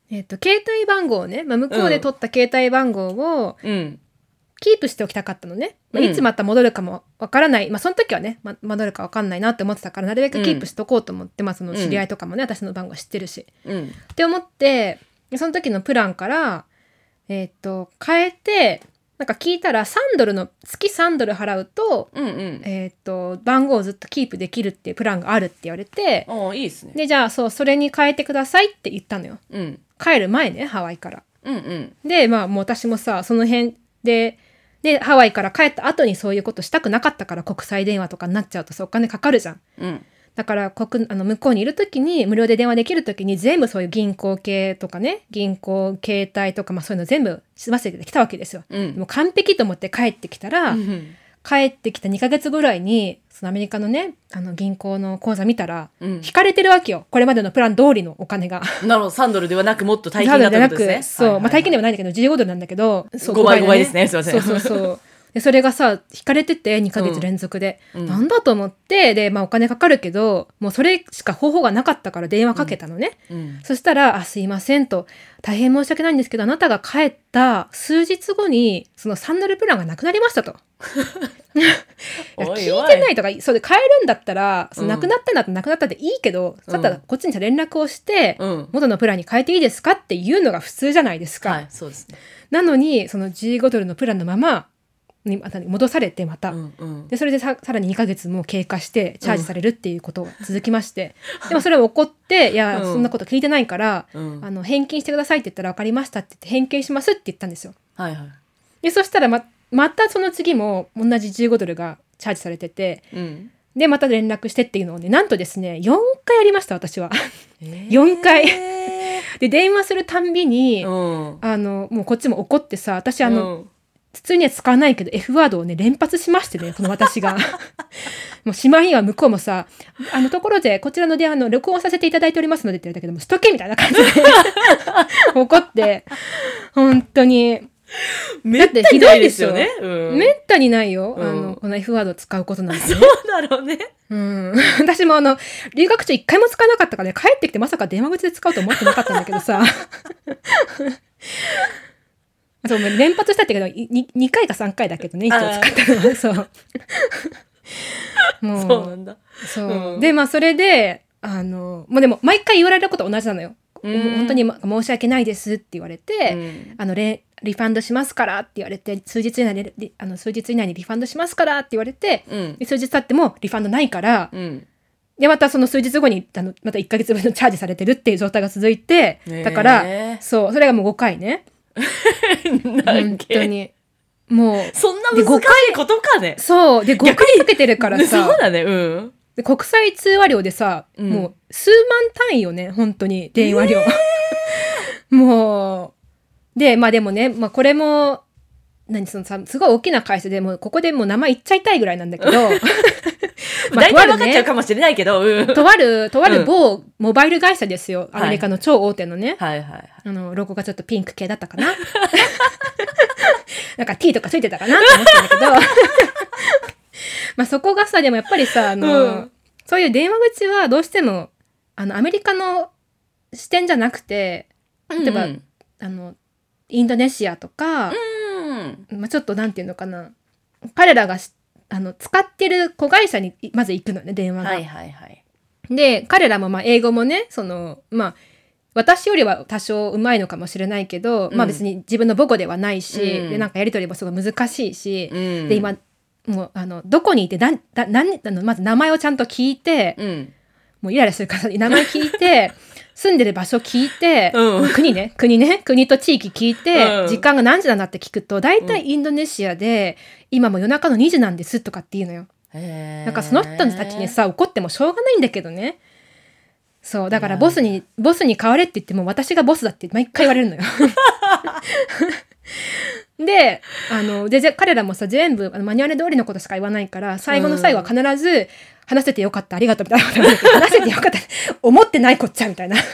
Speaker 2: えっと携帯番号をね、まあ、向こうで取った携帯番号を、
Speaker 1: うん、
Speaker 2: キープしておきたかったのね、まあ
Speaker 1: うん
Speaker 2: いつまた戻るかもわからない、まあその時はね、ま、戻るかわかんないなって思ってたからなるべくキープしとこうと思って、まあその知り合いとかもね、私の番号知ってるし
Speaker 1: うん、
Speaker 2: って思ってその時のプランからえーっと変えてなんか聞いたら3ドルの月3ドル払うと,、
Speaker 1: うん、うん。
Speaker 2: えーっと番号をずっとキープできるっていうプランがあるって言われて
Speaker 1: ああ、いいですね。
Speaker 2: でじゃあそうそれに変えてくださいって言ったのよ
Speaker 1: うん、
Speaker 2: 帰る前ねハワイから。
Speaker 1: うん、うん、
Speaker 2: でまあもう私もさその辺ででハワイから帰った後にそういうことしたくなかったから国際電話とかになっちゃうとさお金かかるじゃん
Speaker 1: うん、
Speaker 2: だから国あの向こうにいる時に無料で電話できる時に全部そういう銀行系とかね銀行携帯とか、まあ、そういうの全部済ませてきたわけですよ
Speaker 1: うん
Speaker 2: もう完璧と思って帰ってきたら、
Speaker 1: うん、
Speaker 2: 帰ってきた2ヶ月ぐらいにそのアメリカのねあの銀行の口座見たら
Speaker 1: うん
Speaker 2: 引かれてるわけよこれまでのプラン通りのお金が。
Speaker 1: なるほど、3ドルではなく、もっと大
Speaker 2: ダ
Speaker 1: 金だ
Speaker 2: ブ
Speaker 1: っ
Speaker 2: ルじゃ
Speaker 1: たこ
Speaker 2: な
Speaker 1: とですね。
Speaker 2: くそう、まあ、大金で
Speaker 1: で
Speaker 2: はないんだけど15ドルなんだけどそう
Speaker 1: 5倍、5倍ですすね。すいませ
Speaker 2: そ
Speaker 1: ん。
Speaker 2: うそうそう。でそれがさ引かれてて2ヶ月連続で、
Speaker 1: うん
Speaker 2: なんだと思ってで、まあ、お金かかるけどもうそれしか方法がなかったから電話かけたのね、
Speaker 1: うん
Speaker 2: そしたら「あすいません」と「大変申し訳ないんですけどあなたが帰った数日後にそのサンダルプランがなくなりまし た」と。いや
Speaker 1: お
Speaker 2: 聞い
Speaker 1: お
Speaker 2: てないとかそれで買えるんだったらその
Speaker 1: うん
Speaker 2: なくなったならなくなったでいいけど、
Speaker 1: うん
Speaker 2: だったらこっちにさ連絡をして、
Speaker 1: うん。
Speaker 2: 元のプランに変えていいですかっていうのが普通じゃないですか。
Speaker 1: はい、そうですね。
Speaker 2: なのにその15ドルのプランのままにまた戻されてまた、
Speaker 1: うんうん
Speaker 2: でそれでささらに2ヶ月も経過してチャージされるっていうことが続きまして、でもそれを怒って「いや、
Speaker 1: うん
Speaker 2: そんなこと聞いてないから
Speaker 1: うん。
Speaker 2: あの返金してください」って言ったら「分かりました」って言って返金しますって言ったんですよ。
Speaker 1: はいはい。
Speaker 2: でそしたらままたその次も同じ15ドルがチャージされてて
Speaker 1: うん。
Speaker 2: でまた連絡してっていうのをねなんとですね4回やりました私は。
Speaker 1: 四
Speaker 2: 四回
Speaker 1: え
Speaker 2: で電話するたんびに、
Speaker 1: ーうん。
Speaker 2: あのもうこっちも怒ってさ私あ
Speaker 1: う
Speaker 2: の、
Speaker 1: ん、
Speaker 2: 普通には使わないけど F ワードをね連発しまして ねこの私が もうしまいには向こうもさ「あのところでこちらのであの録音させていただいておりますので」って言われたけどもうしとけみたいな感じ で怒って本当に
Speaker 1: めったにないですよね。うん
Speaker 2: めったにないよ、
Speaker 1: うん
Speaker 2: あのこの F ワードを使うことなんて、
Speaker 1: そ
Speaker 2: ね
Speaker 1: うだろうね。
Speaker 2: うん、 私もあの留学中一回も使わなかったからね帰ってきてまさか電話口で使うと思ってなかったんだけどさ そうもう連発したって言うけどいに2回か3回だけどね一応使ったのはそ うもう
Speaker 1: そうなんだ。
Speaker 2: そう
Speaker 1: うん
Speaker 2: でまあそれであのもうでも毎回言われること同じなのよ、
Speaker 1: う
Speaker 2: もう本当に、ま申し訳ないですって言われて、
Speaker 1: うん
Speaker 2: あのレリファンドしますからって言われて数日以内でリあの数日以内にリファンドしますからって言われて
Speaker 1: うん
Speaker 2: で数日経ってもリファンドないから、
Speaker 1: うん。
Speaker 2: でまたその数日後にあのまた1ヶ月分のチャージされてるっていう状態が続いて、
Speaker 1: ねえ
Speaker 2: だからそうそれがもう5回 ね
Speaker 1: なん
Speaker 2: 本当
Speaker 1: け
Speaker 2: にもう
Speaker 1: そんな
Speaker 2: で
Speaker 1: 難し
Speaker 2: 誤
Speaker 1: いことかね。
Speaker 2: そうで5回
Speaker 1: 逆
Speaker 2: かけてるからさ
Speaker 1: そうだね。うん。
Speaker 2: で国際通話料でさ、
Speaker 1: うん
Speaker 2: もう数万単位よね本当に電話料、 もうでまあでもね、まあ、これも何そのさすごい大きな会社でもうここでもう名前言っちゃいたいぐらいなんだけ どまあ
Speaker 1: 大
Speaker 2: とあ
Speaker 1: 体分
Speaker 2: る
Speaker 1: かっちゃ
Speaker 2: ね
Speaker 1: うかもしれないけど。うん。
Speaker 2: とあると
Speaker 1: う
Speaker 2: あ
Speaker 1: ん
Speaker 2: る某モバイル会社ですよ、
Speaker 1: はい
Speaker 2: アメリカの超大手のね、
Speaker 1: はいはいはい。
Speaker 2: あのロゴがちょっとピンク系だったかな なんか T とかついてたかなと思ったんだけど まあそこがさでもやっぱりさあの、
Speaker 1: うん
Speaker 2: そういう電話口はどうしてもあのアメリカの視点じゃなくて例えば
Speaker 1: うん
Speaker 2: あのインドネシアとか、
Speaker 1: うん。
Speaker 2: まあ、ちょっとなんていうのかな彼らがしあの使ってる子会社にまず行くのね電話が。
Speaker 1: はいはいはい。
Speaker 2: で彼らもまあ英語もねそのまあ私よりは多少うまいのかもしれないけど、
Speaker 1: うん
Speaker 2: まあ別に自分の母語ではないし、
Speaker 1: うん
Speaker 2: でなんかやり取りもすごい難しいし、
Speaker 1: うん
Speaker 2: で今もうあのどこにいてだだ何あのまず名前をちゃんと聞いて、
Speaker 1: うん。
Speaker 2: もうイライラするから名前聞 いて住んでる場所聞いて、
Speaker 1: うん
Speaker 2: 国ね国ね国と地域聞いて、
Speaker 1: うん
Speaker 2: 時間が何時なんだって聞くと大体インドネシアで、今もう夜中の2時なんですとかっていうのよ。
Speaker 1: へー
Speaker 2: なんかその人たちにさ怒ってもしょうがないんだけどねそうだからボスにボスに変われって言っても私がボスだって毎回言われるの よ。であのでぜ彼らもさ全部あのマニュアル通りのことしか言わないから最後の最後は必ず「話せてよかったありがとう」みたいなこと言われて話せてよかった思ってないこっちゃ」みたいな。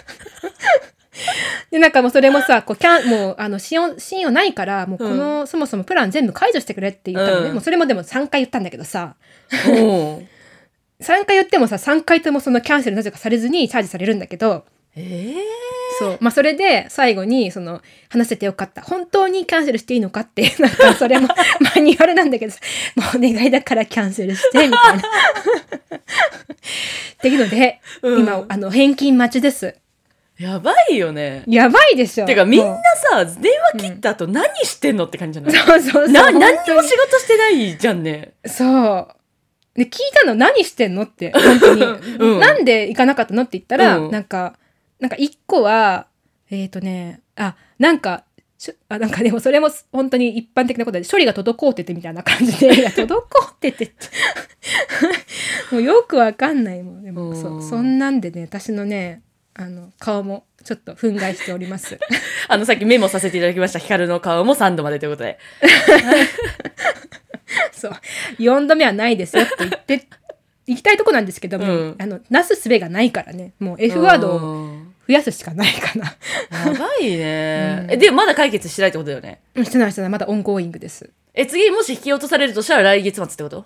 Speaker 2: でなんかもうそれもさこうキャンもうあの信用信用ないからもうこの、そもそもプラン全部解除してくれって言ったのね、
Speaker 1: うん
Speaker 2: もうそれもでも3回言ったんだけどさ。
Speaker 1: おう
Speaker 2: 3回言ってもさ3回ともそのキャンセルなぜかされずにチャージされるんだけど
Speaker 1: え え。
Speaker 2: そう、まあ、それで最後にその話せてよかった本当にキャンセルしていいのかって なんかそれもマニュアルなんだけどさもうお願いだからキャンセルしてみたいな。 っていうので、
Speaker 1: うん
Speaker 2: 今あの返金待ちです。
Speaker 1: やばいよね。
Speaker 2: やばいでしょ。
Speaker 1: てかみんな
Speaker 2: も
Speaker 1: さ電話切った後何してんのって感じじゃ
Speaker 2: う
Speaker 1: ない
Speaker 2: そうそうそう。
Speaker 1: な
Speaker 2: 本当に
Speaker 1: 何にも仕事してないじゃんね。
Speaker 2: そう。で、聞いたの何してんのって、本当に。
Speaker 1: うん
Speaker 2: なんで行かなかったのって言ったら、
Speaker 1: うん
Speaker 2: なんか、なんか一個は、えっ、ー、とね、あ、なんか、しょあなんか でもそれも本当に一般的なことで処理が滞っててみたいな感じでいや滞っててって もうよくわかんないもんでも
Speaker 1: う
Speaker 2: そ
Speaker 1: ん
Speaker 2: うそんなんでね私のねあの顔もちょっと憤慨しております
Speaker 1: あのさっきメモさせていただきました光の顔も3度までということで。
Speaker 2: そう4度目はないですよって言って行きたいとこなんですけども、
Speaker 1: うん
Speaker 2: あのなすすべがないからねもう F ワードを
Speaker 1: うん
Speaker 2: 増やすしかないかな
Speaker 1: 長いね、
Speaker 2: うん
Speaker 1: えでまだ解決してないってことだよね
Speaker 2: うん してないしてないまだオンゴーイングです
Speaker 1: え次もし引き落とされるとしたら来月末ってこと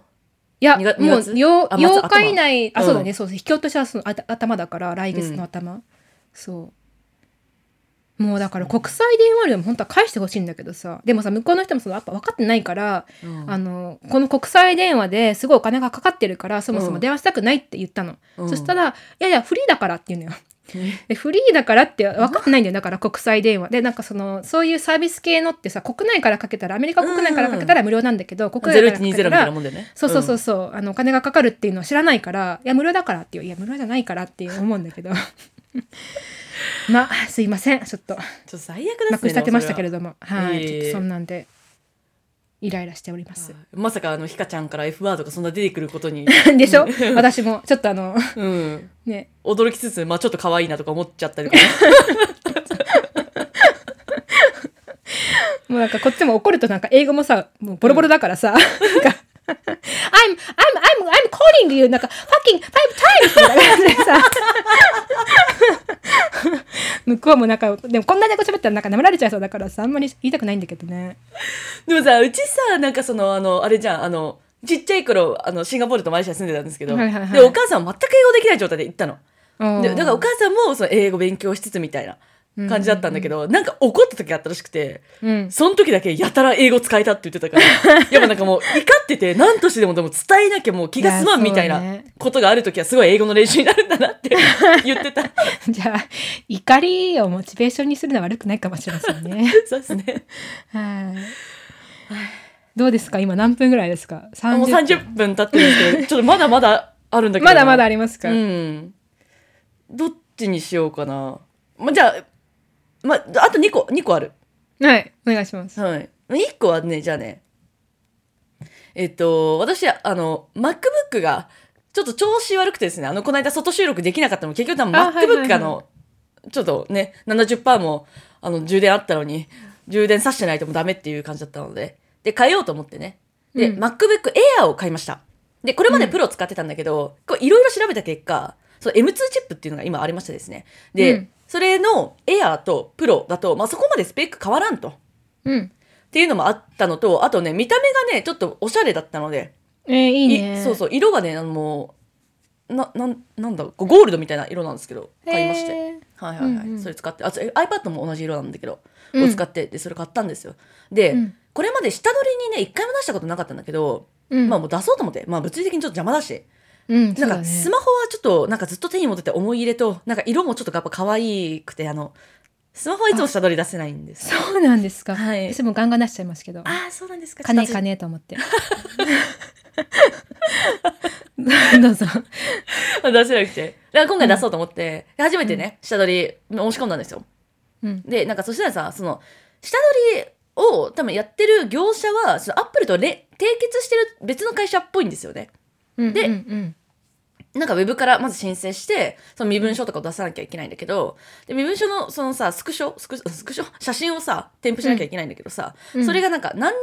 Speaker 2: いや
Speaker 1: 二月
Speaker 2: もう
Speaker 1: 二月
Speaker 2: よ
Speaker 1: あまず
Speaker 2: 8日以内あ
Speaker 1: 頭
Speaker 2: そうだね、
Speaker 1: う
Speaker 2: そうそう引き落としはそのあた頭だから来月の頭、そうもうだから国際電話料も本当は返してほしいんだけどさでもさ向こうの人もそのやっぱ分かってないから、あのこの国際電話ですごいお金がかかってるからそもそうも
Speaker 1: ん
Speaker 2: 電話したくないって言ったの、そした
Speaker 1: ら
Speaker 2: ら「いやいやフリーだから」って言うのよ。でフリーだからって分かってないんだよだから国際電話でなんかそのそういうサービス系のってさ国内からかけたらアメリカ国内からかけたら無料なんだけど、国
Speaker 1: ゼ
Speaker 2: 外
Speaker 1: ロ一
Speaker 2: からか
Speaker 1: 二
Speaker 2: け
Speaker 1: ゼロ
Speaker 2: た
Speaker 1: みたいな
Speaker 2: ら
Speaker 1: もんだよね
Speaker 2: そうそうそううそう、あのお金がかかるっていうのを知らないからいや無料だからっていういや無料じゃないからって思うんだけど まあすいませんちょっと
Speaker 1: んちょっと最悪ですね
Speaker 2: なくし立てましたけれ
Speaker 1: ど
Speaker 2: どもは
Speaker 1: いえい
Speaker 2: い、
Speaker 1: え
Speaker 2: ちょっとそんなんでイライラしております。
Speaker 1: まさかあのひかちゃんから F ワードがそんな出てくることに
Speaker 2: でしょ私もちょっとあの
Speaker 1: うん
Speaker 2: ね
Speaker 1: 驚きつつまあちょっと可愛いなとか思っちゃったりとかね
Speaker 2: もうなんかこっちも怒るとなんか英語もさ、もうボロボロだからさ、なんか I'm, I'm, I'm, I'm calling you なんか fucking five times! みたいな感じ でさ、向こうもなんか、でもこんなに英語喋ったらなんか舐められちゃいそうだからさ、あんまり言いたくないんだけどね。
Speaker 1: でもさうちさなんかそのあのあれじゃんあのちっちゃい頃あのシンガポールとマレーシアに住んでたんですけど、
Speaker 2: はいはいはい
Speaker 1: でお母さんは全く英語できない状態で行ったの
Speaker 2: うん
Speaker 1: でだからお母さんもその英語勉強しつつみたいな感じだったんだけど、なんか怒った時があったらしくて
Speaker 2: うん。
Speaker 1: その時だけやたら英語使えたって言ってたからやっぱなんかもう怒ってて何としてでもでも伝えなきゃもう気が済まんみたい
Speaker 2: いやそう
Speaker 1: な
Speaker 2: ね
Speaker 1: ことがある時はすごい英語の練習になるんだなって 言ってた
Speaker 2: じゃあ、怒りをモチベーションにするのは悪くないかもしれませんね。
Speaker 1: そうですね
Speaker 2: はい。どうですか今何分ぐらいですか ?30
Speaker 1: もう30分経ってるんですけどちょっとまだまだあるんだけど
Speaker 2: ま
Speaker 1: な
Speaker 2: だまだありますか、
Speaker 1: うんどっちにしようかな、ま、じゃあ、ま、あと2個2個ある
Speaker 2: はい。お願いします。
Speaker 1: はい1個はねじゃあねえっと私あの MacBook がちょっと調子悪くてですねあのこの間外収録できなかったのも結局多分
Speaker 2: あはいはいは
Speaker 1: MacBook
Speaker 2: い
Speaker 1: があの、ちょっとね70%もあの充電あったのに充電さしてないともうダメっていう感じだったのでで変えようと思ってねで、
Speaker 2: うん
Speaker 1: MacBook Air を買いましたでこれまでプロ使ってたんだけどこういろいろ調べた結果その M2 チップっていうのが今ありましてですねで、
Speaker 2: うん
Speaker 1: それの Air とプロだと、まあ、そこまでスペック変わらんとっ
Speaker 2: うん。
Speaker 1: ていうのもあったのとあとね見た目がねちょっとおしゃれだったので
Speaker 2: えー、いい
Speaker 1: い
Speaker 2: ね。
Speaker 1: そうそう色がねあのもうななんなんだろうこうゴールドみたいな色なんですけど買いまして。
Speaker 2: へー。
Speaker 1: はいはいはい、
Speaker 2: うんうん
Speaker 1: それ使ってあとえ iPad も同じ色なんだけど、
Speaker 2: うん
Speaker 1: を使ってでそれ買ったんですよで、
Speaker 2: うん
Speaker 1: これまで下取りにね一回も出したことなかったんだけど、
Speaker 2: うん、
Speaker 1: まあもう出そうと思ってまあ物理的にちょっと邪魔だし
Speaker 2: うん、そ
Speaker 1: な
Speaker 2: うんだ
Speaker 1: か
Speaker 2: ね
Speaker 1: スマホはちょっとなんかずっと手に持ってて思い入れとなんか色もちょっとやっぱ可愛くてあのスマホはいつも下取り出せないんです
Speaker 2: そうなんですか。
Speaker 1: はい
Speaker 2: 私もガンガン出しちゃいますけど。
Speaker 1: ああそうなんですかち
Speaker 2: 金
Speaker 1: ょっと
Speaker 2: 金と思って。 どうぞ。
Speaker 1: 出せなくてだから今回出そうと思って、で初めてね下取り申し込んだんですよ
Speaker 2: うん。
Speaker 1: でなんかそしたらさその下取りを多分やってる業者はそのアップルとれ締結してる別の会社っぽいんですよね
Speaker 2: うん
Speaker 1: で
Speaker 2: うんうん
Speaker 1: なんかウェブからまず申請して、その身分証とかを出さなきゃいけないんだけど、で、身分証のそのさ、スクショスクショスクショ写真をさ、添付しなきゃいけないんだけどさ、
Speaker 2: うん
Speaker 1: それがなんか何、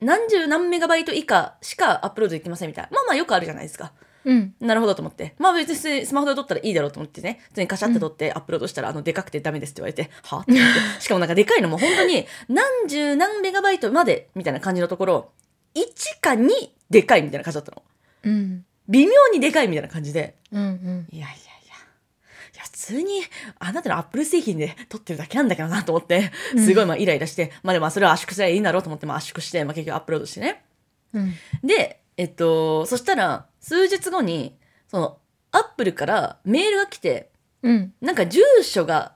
Speaker 1: 何十何メガバイト以下しかアップロードできませんみたいな。まあまあよくあるじゃないですか。
Speaker 2: うん。
Speaker 1: なるほどと思って。まあ別にスマホで撮ったらいいだろうと思ってね。普通にカシャって撮ってアップロードしたら、あの、でかくてダメですって言われて、はって思 ってしかもなんかでかいのも本当に何十何メガバイトまでみたいな感じのところ、1か2でかいみたいな感じだったの。
Speaker 2: うん。
Speaker 1: 微妙にでかいみたいな感じで。
Speaker 2: うんうん。
Speaker 1: いやいやいや。いや、普通に、あなたのアップル製品で撮ってるだけなんだけどなと思って、すごいまあイライラして、まあでもまあそれは圧縮すればいいんだろうと思って、まあ圧縮して、まあ結局アップロードしてね。
Speaker 2: うん。
Speaker 1: で、えっと、そしたら、数日後に、その、アップルからメールが来て、
Speaker 2: うん。
Speaker 1: なんか住所が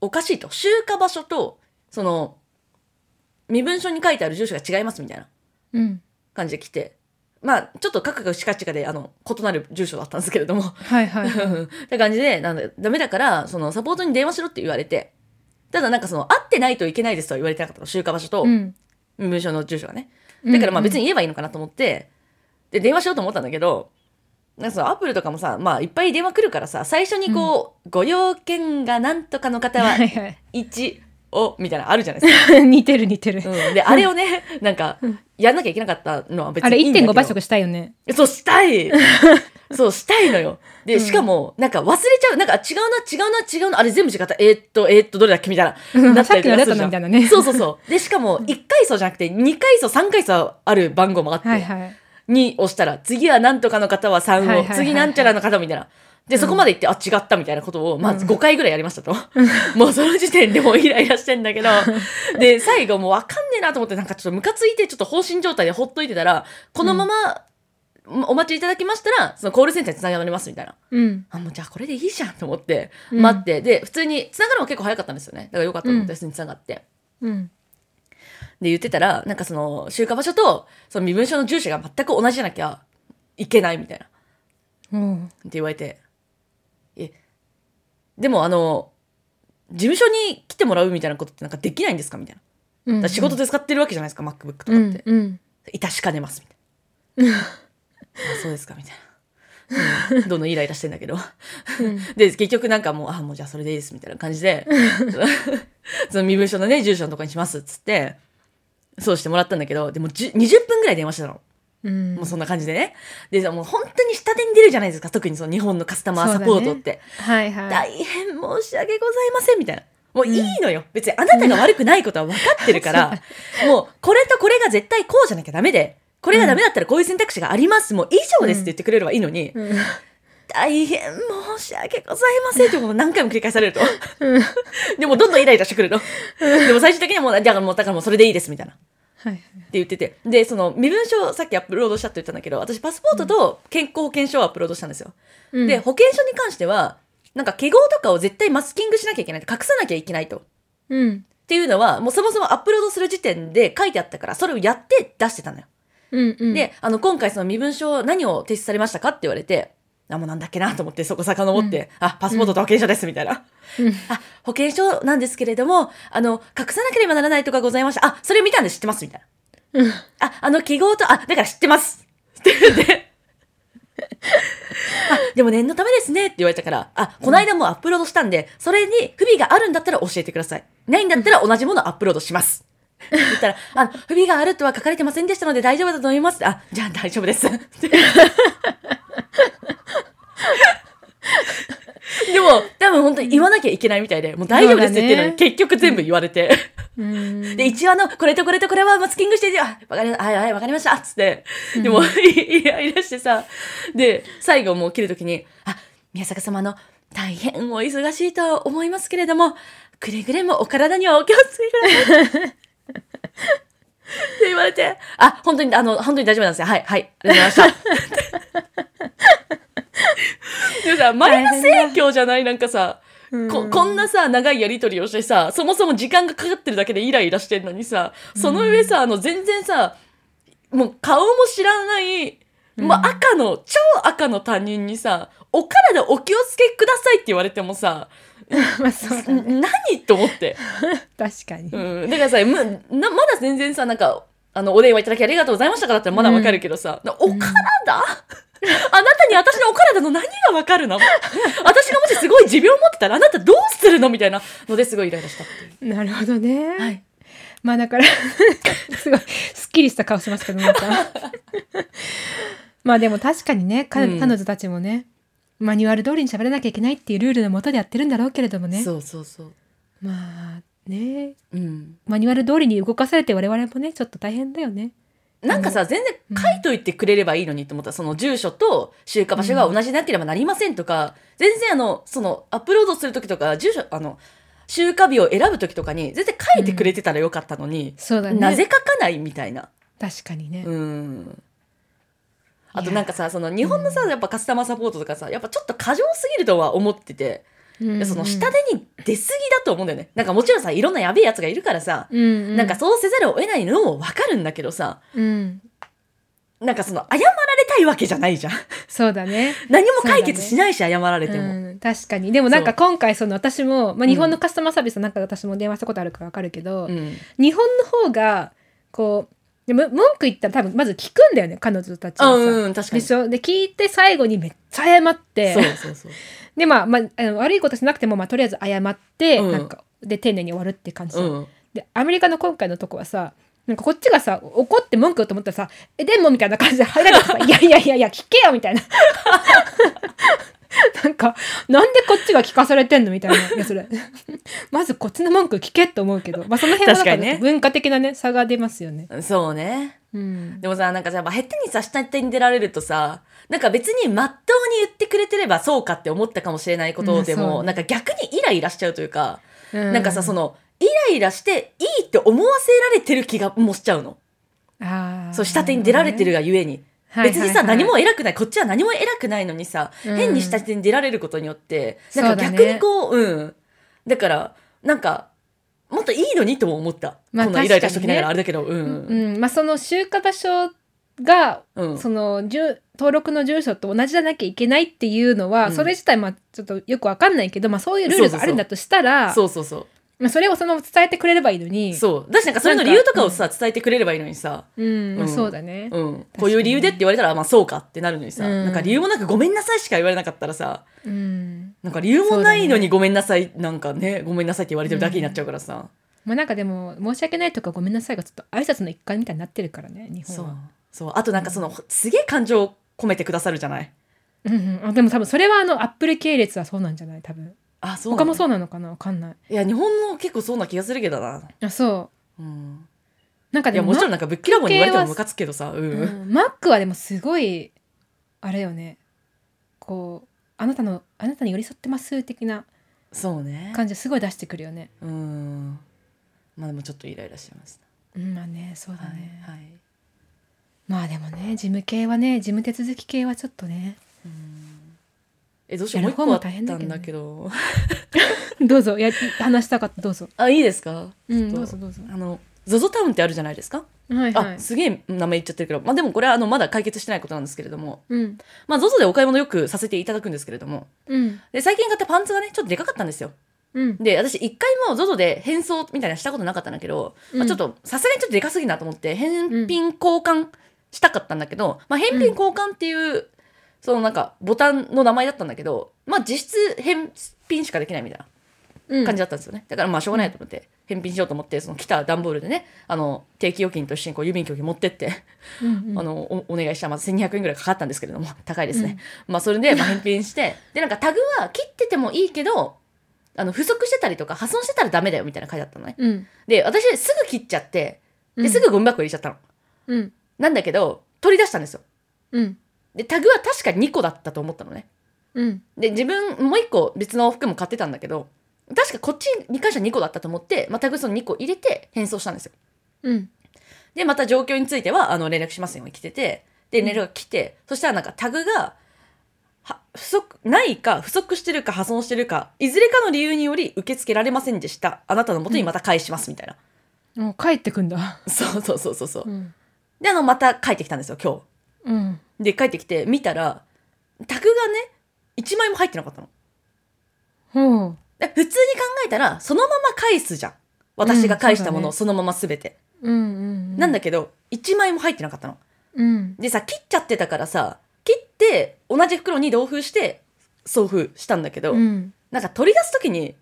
Speaker 1: おかしいと。集荷場所と、その、身分証に書いてある住所が違いますみたいな
Speaker 2: うん。
Speaker 1: 感じで来て、まあ、ちょっとカクカクシカチカで、あの、異なる住所だったんですけれども、
Speaker 2: はい はい。
Speaker 1: うんって感じで、なんだ、ダメだから、その、サポートに電話しろって言われて、ただなんかその、会ってないといけないですとは言われてなかったの、集荷場所と、
Speaker 2: うん。
Speaker 1: 身分証の住所がね。だからまあ別
Speaker 2: に。
Speaker 1: に言えばいいのかなと思って、で、電話しようと思ったんだけど、なんかそのアップルとかもさ、まあいっぱい電話来るからさ、最初にこう、ご用件がなんとかの方は
Speaker 2: はいはい。
Speaker 1: 1、おみたいなのあるじゃないですか。
Speaker 2: 似てる似てる。
Speaker 1: うん、であれをねなんか
Speaker 2: うん
Speaker 1: やんなきゃいけなかったのは別
Speaker 2: あれ
Speaker 1: にいいんだけど
Speaker 2: 1.5倍速したいよね。
Speaker 1: そうした いそうしたいのよ
Speaker 2: う
Speaker 1: で
Speaker 2: ん
Speaker 1: しかもなんか忘れちゃうなんかあ違うな違うな違うなあれ全部違ったえーっとえーっとどれだっけみたいな な
Speaker 2: さっきのやつだったなみたいなね。
Speaker 1: そうそうそう。で、しかも、1回層じゃなくて、2回層、3回層ある番号もあって、
Speaker 2: はいはい。
Speaker 1: に押したら、次はなんとかの方は3を、
Speaker 2: はいはいはいはい
Speaker 1: 次なんちゃらの方みたいな。で、
Speaker 2: うん
Speaker 1: そこまで行って、あ、違ったみたいなことを、まあ、
Speaker 2: うん
Speaker 1: 5回ぐらいやりましたと。 もうその時点でもうイライラしてんだけど、で、最後もうわかんねえなと思って、なんかちょっとムカついて、ちょっと放心状態でほっといてたら、このまま、お待ちいただきましたら、そのコールセンターに繋がりますみたいな。
Speaker 2: うん。
Speaker 1: あ、もうじゃあこれでいいじゃんと思って、
Speaker 2: うん
Speaker 1: 待って、で、普通に、繋がるのも結構早かったんですよね。だからよかったと思って、
Speaker 2: うん
Speaker 1: 普通に繋がって。
Speaker 2: うん。
Speaker 1: で言ってたら、なんかその、集荷場所と、その身分証の住所が全く同じじゃなきゃいけないみたいな、っ
Speaker 2: おう
Speaker 1: て言われて。え、でもあの、事務所に来てもらうみたいなことってなんかできないんですかみたいな。
Speaker 2: う
Speaker 1: だか
Speaker 2: ん
Speaker 1: ら仕事で使ってるわけじゃないですか、MacBook とかって。
Speaker 2: うんうん
Speaker 1: いたしかねます、み たいな。あそうですか、みたいな。うんどんどんイライラしてんだけど。
Speaker 2: うん
Speaker 1: で、結局なんかもう、あ、もうじゃあそれでいいです、みたいな感じ で、その身分証のね、住所のとこにします、っつって、そうしてもらったんだけど、でもじゅ20分ぐらい電話してたの。
Speaker 2: うん
Speaker 1: もうそんな感じでね。で、もう本当に下手に出るじゃないですか、特にその日本のカスタマーサポートって。
Speaker 2: はいはい。
Speaker 1: 大変申し訳ございません、みたいな。もういいのよ。別にあなたが悪くないことは分かってるから、 もうこれとこれが絶対こうじゃなきゃダメで、これがダメだったらこういう選択肢があります、もう以上ですって言ってくれればいいのに、
Speaker 2: うん
Speaker 1: 大変申し訳ございませんってもう何回も繰り返されると。
Speaker 2: うん
Speaker 1: でもどんどんイライラしてくるの。でも最終的にはもう、じゃあもうだからもうそれでいいですみたいな。って
Speaker 2: はいはい。
Speaker 1: 言ってて。で、その身分証をさっきアップロードしたって言ったんだけど、私パスポートと健康保険証をアップロードしたんですよ。
Speaker 2: うん
Speaker 1: で、、保険証に関しては、なんか記号とかを絶対マスキングしなきゃいけないと。隠さなきゃいけないと。っ
Speaker 2: うん
Speaker 1: ていうのは、もうそもそもアップロードする時点で書いてあったから、それをやって出してたのよ。
Speaker 2: うんうん、
Speaker 1: で、あの、今回その身分証何を提出されましたかって言われて、あ、もうなんだっけなと思ってそこ遡って、あ、パスポートと保険証ですみたいな。
Speaker 2: うん
Speaker 1: あ、保険証なんですけれども、あの、隠さなければならないとかございました。あ、それ見たんで知ってますみたい
Speaker 2: うん
Speaker 1: な。あ、あの記号と、あ、だから知ってますって言って。あ、でも念のためですねって言われたから、あ、この間もうアップロードしたんで、それに不備があるんだったら教えてください。ないんだったら同じものアップロードします。って言ったら、あの、不備があるとは書かれてませんでしたので大丈夫だと思います。あ、じゃあ大丈夫です。ってでも、多分本当に言わなきゃいけないみたいで、もう大丈夫ですって言ってるのに
Speaker 2: まあ
Speaker 1: 結局全部言われて。
Speaker 2: うん
Speaker 1: で、一話の、これとこれとこれはマスキングしてて、あ、わかりました、はいはい、わかりました、つって。で も、イライラしてさ、で、最後もう切るときに、あ、宮坂様の、大変お忙しいとは思いますけれども、くれぐれもお体にはお気をつけください。って言われて、あ、本当に、あの、本当に大丈夫なんですよ。はい、はい、ありがとうござ いました。でもさ、前の盛況じゃないなんかさ、ここんなさ長いやり取りをしてさそもそも時間がかかってるだけでイライラしてんのにさその上さ、あの全然さもう顔も知らない、もう赤の超赤の他人にさ「お体お気をつけください」って言われてもさ、
Speaker 2: まあそうだね
Speaker 1: ん 何と思って、
Speaker 2: 確かに、
Speaker 1: うん、だからさむなまだ全然さなんかあのお電話いただきありがとうございましたかだったらまだわかるけどさ、なお体、あなたに私のお体の何がわか るの私がもしすごい持病を持ってたらあなたどうするのみたいなのですごいイライラしたっていう。
Speaker 2: なるほどね、
Speaker 1: はい、
Speaker 2: まあだから すごいすっきりした顔してますけど なんかまあでも確かにねか
Speaker 1: うん
Speaker 2: 彼女たちもねマニュアル通りに喋らなきゃいけないっていうルールのもとでやってるんだろうけれどもね
Speaker 1: そうそうそう。
Speaker 2: まあね
Speaker 1: うん。
Speaker 2: マニュアル通りに動かされて我々もねちょっと大変だよね
Speaker 1: なんかさ、全然書いといてくれればいいのにと思った。その住所と集荷場所が同じなければなりませんとか、全然あの、その、アップロードするときとか、住所、あの、集荷日を選ぶときとかに、全然書いてくれてたらよかったのに、
Speaker 2: そうだね
Speaker 1: なぜ書かないみたいな。
Speaker 2: 確かにね、
Speaker 1: うん。あとなんかさ、その日本のさ、やっぱカスタマーサポートとかさ、やっぱちょっと過剰すぎるとは思ってて、
Speaker 2: うん
Speaker 1: その下手に出過ぎだと思うんだよね。なんかもちろんさ、いろんなやべえやつがいるからさ、
Speaker 2: うんうん、
Speaker 1: なんかそうせざるを得ないのもわかるんだけどさ、
Speaker 2: うん、
Speaker 1: なんかその謝られたいわけじゃない じゃん。
Speaker 2: そうだね
Speaker 1: 何も解決しないし、謝られても。
Speaker 2: うん、確かにでもなんか
Speaker 1: そう
Speaker 2: 今回その私も、まあ、日
Speaker 1: うん
Speaker 2: 本のカスタマーサービスなんか私も電話したことあるからわかるけど、
Speaker 1: うん。
Speaker 2: 日本の方がこうでも文句言ったら多分まず聞くんだよね彼女たちはさ、
Speaker 1: うん、うん、確か
Speaker 2: で
Speaker 1: に。
Speaker 2: しょで聞いて最後にめっちゃ謝って
Speaker 1: そうそうそう。
Speaker 2: でまあ、まあ、あの悪いことしなくても、まあ、とりあえず謝って、
Speaker 1: うん
Speaker 2: なんかで丁寧に終わるって感じじゃん、
Speaker 1: うん
Speaker 2: でアメリカの今回のとこはさなんかこっちがさ怒って文句をと思ったらさ「えでも」みたいな感じで入られ てさ「いやいやいやいや聞けよ」みたいな なんかなんでこっちが聞かされてんのみたいないやそれ まずこっちの文句聞けって思うけど、まあ、その辺はなんか
Speaker 1: 確かにね
Speaker 2: 文化的なね差が出ますよね。
Speaker 1: そうね
Speaker 2: うん、
Speaker 1: でもさなんかさまあ下手にさ下手に出られるとさなんか別にまっとうに言ってくれてればそうかって思ったかもしれないことでも、
Speaker 2: うんそう
Speaker 1: なんか逆にイライラしちゃうというか、
Speaker 2: な
Speaker 1: なんかさそのイライラしていいって思わせられてる気がもうしちゃうの
Speaker 2: あー
Speaker 1: そう下手に出られてるがゆえに、別にさ、何、
Speaker 2: はいはいはい
Speaker 1: も偉くないこっちは何も偉くないのにさ、
Speaker 2: うん
Speaker 1: 変に下手に出られることによってなんか
Speaker 2: そうだね
Speaker 1: 逆にこううんだからなんかもっといいのにとも思った、
Speaker 2: まあ
Speaker 1: こんなイライラしときながらあれ
Speaker 2: 確
Speaker 1: だけどうん
Speaker 2: うんまあ、その集荷場所が
Speaker 1: うん、
Speaker 2: その住登録の住所と同じじゃなきゃいけないっていうのは、
Speaker 1: うん
Speaker 2: それ自体まあちょっとよくわかんないけど、まあ、そういうルールがあるんだとしたら
Speaker 1: そうそうそう
Speaker 2: まあ、それをそのまま伝えてくれればいいのに
Speaker 1: そう。だしなんかそれの理由とかをさ、伝えてくれればいいのにさ、
Speaker 2: う,、んまあ、
Speaker 1: うん
Speaker 2: そうだね、
Speaker 1: うん。こういう理由でって言われたら、あまあそうかってなるのにさ、
Speaker 2: うん
Speaker 1: なんか理由もなくごめんなさいしか言われなかったらさ、
Speaker 2: うん
Speaker 1: なんか理由もないの
Speaker 2: そうだ
Speaker 1: にごめんなさい、なんかね、ごめんなさいって言われてるだけになっちゃうからさ。
Speaker 2: まあ、なんかでも申し訳ないとかごめんなさいがちょっと挨拶の一環みたいになってるからね日
Speaker 1: そ
Speaker 2: 本
Speaker 1: う
Speaker 2: は。。
Speaker 1: そう。あとなんかその、すげえ感情を込めてくださるじゃない。
Speaker 2: うんうんあでも多分それはあのアップル系列はそうなんじゃない多分
Speaker 1: あ、そう
Speaker 2: 他も
Speaker 1: う。
Speaker 2: そうなのかなわかんない
Speaker 1: いや、日本の結構そうな気がするけどな。
Speaker 2: あそう
Speaker 1: うん。
Speaker 2: なんか
Speaker 1: い
Speaker 2: で
Speaker 1: や、
Speaker 2: も
Speaker 1: もちろんなんかぶっきらぼうに言われても
Speaker 2: 系は
Speaker 1: ムカつくけどさ、う。
Speaker 2: うんんマックはでもすごいあれよねこうあなたのあなたに寄り添ってます的な
Speaker 1: そうね。
Speaker 2: 感じをすごい出してくるよね。
Speaker 1: うん。まあでもちょっとイライラしちゃいました。
Speaker 2: うんまあねそうだね、
Speaker 1: はい。はい
Speaker 2: まあでもね事務系はね事務手続き系はちょっとね
Speaker 1: え、どうしよう。も
Speaker 2: や
Speaker 1: う
Speaker 2: る
Speaker 1: 一個
Speaker 2: 方も
Speaker 1: あった
Speaker 2: 大変だけ
Speaker 1: ん
Speaker 2: どね
Speaker 1: だけど。
Speaker 2: どうぞや話したかったどうぞ。
Speaker 1: あいいですか、
Speaker 2: うん
Speaker 1: ち
Speaker 2: ど
Speaker 1: ょ
Speaker 2: う
Speaker 1: っと
Speaker 2: ぞどうぞ。
Speaker 1: あの ZOZO タウンってあるじゃないですか、
Speaker 2: はいはい
Speaker 1: あ。すげえ名前言っちゃってるけど、まあ、でもこれはあのまだ解決してないことなんですけれども、
Speaker 2: うん
Speaker 1: まあ、ZOZO でお買い物よくさせていただくんですけれども
Speaker 2: うん
Speaker 1: で最近買ったパンツがねちょっとでかかったんですよ
Speaker 2: うん
Speaker 1: で私一回も ZOZO で変装みたいなのしたことなかったんだけど、ま
Speaker 2: う
Speaker 1: あ、
Speaker 2: ん
Speaker 1: ちょっとさすがにちょっとでかすぎるなと思って返品交換したかったんだけど、まあ、返品交換っていう、そのなんかボタンの名前だったんだけど、まあ、実質返品しかできないみたいな
Speaker 2: うん
Speaker 1: 感じだったんですよね。だからまあしょうがないと思って、返品しようと思って、その来た段ボールでね、あの、定期預金と一緒にこう郵便局に持ってって、
Speaker 2: うんうん
Speaker 1: あの、おお願いしたらまず1200円ぐらいかかったんですけれど も、高いですね。まあそれでまあ返品して、でなんかタグは切っててもいいけど、あの、不足してたりとか破損してたらダメだよみたいな書いてあったのね。
Speaker 2: うん
Speaker 1: で、私すぐ切っちゃって、
Speaker 2: う
Speaker 1: で、
Speaker 2: ん
Speaker 1: すぐゴミ箱入れちゃったの。
Speaker 2: うん
Speaker 1: なんだけど、取り出したんですよ。
Speaker 2: うん
Speaker 1: で、タグは確か2個だったと思ったのね。
Speaker 2: うん
Speaker 1: で自分もう一個別の服も買ってたんだけど確かこっちに関しては2個だったと思ってまたグソの2個入れて変装したんですよ
Speaker 2: うん
Speaker 1: でまた状況についてはあの連絡しますように来ててで連絡が来て、そしたらなんかタグがは不足ないか不足してるか破損してるかいずれかの理由により受け付けられませんでしたあなたの元にまた返しますみたいな、
Speaker 2: もう帰ってくんだ。
Speaker 1: そうそうそうそうそう
Speaker 2: うん
Speaker 1: であのまた帰ってきたんですよ今
Speaker 2: うん
Speaker 1: 日で帰ってきて見たらタグがね1枚も入ってなかったの
Speaker 2: ほう
Speaker 1: で普通に考えたらそのまま返すじゃん私が返したものを
Speaker 2: うん
Speaker 1: そのまま全て、
Speaker 2: うんうん
Speaker 1: なんだ
Speaker 2: け
Speaker 1: けど1枚も入ってなかったの
Speaker 2: うん
Speaker 1: でさ切っちゃってたからさ切って同じ袋に同封して送付したんだけど、
Speaker 2: うん
Speaker 1: なんか取り出す時に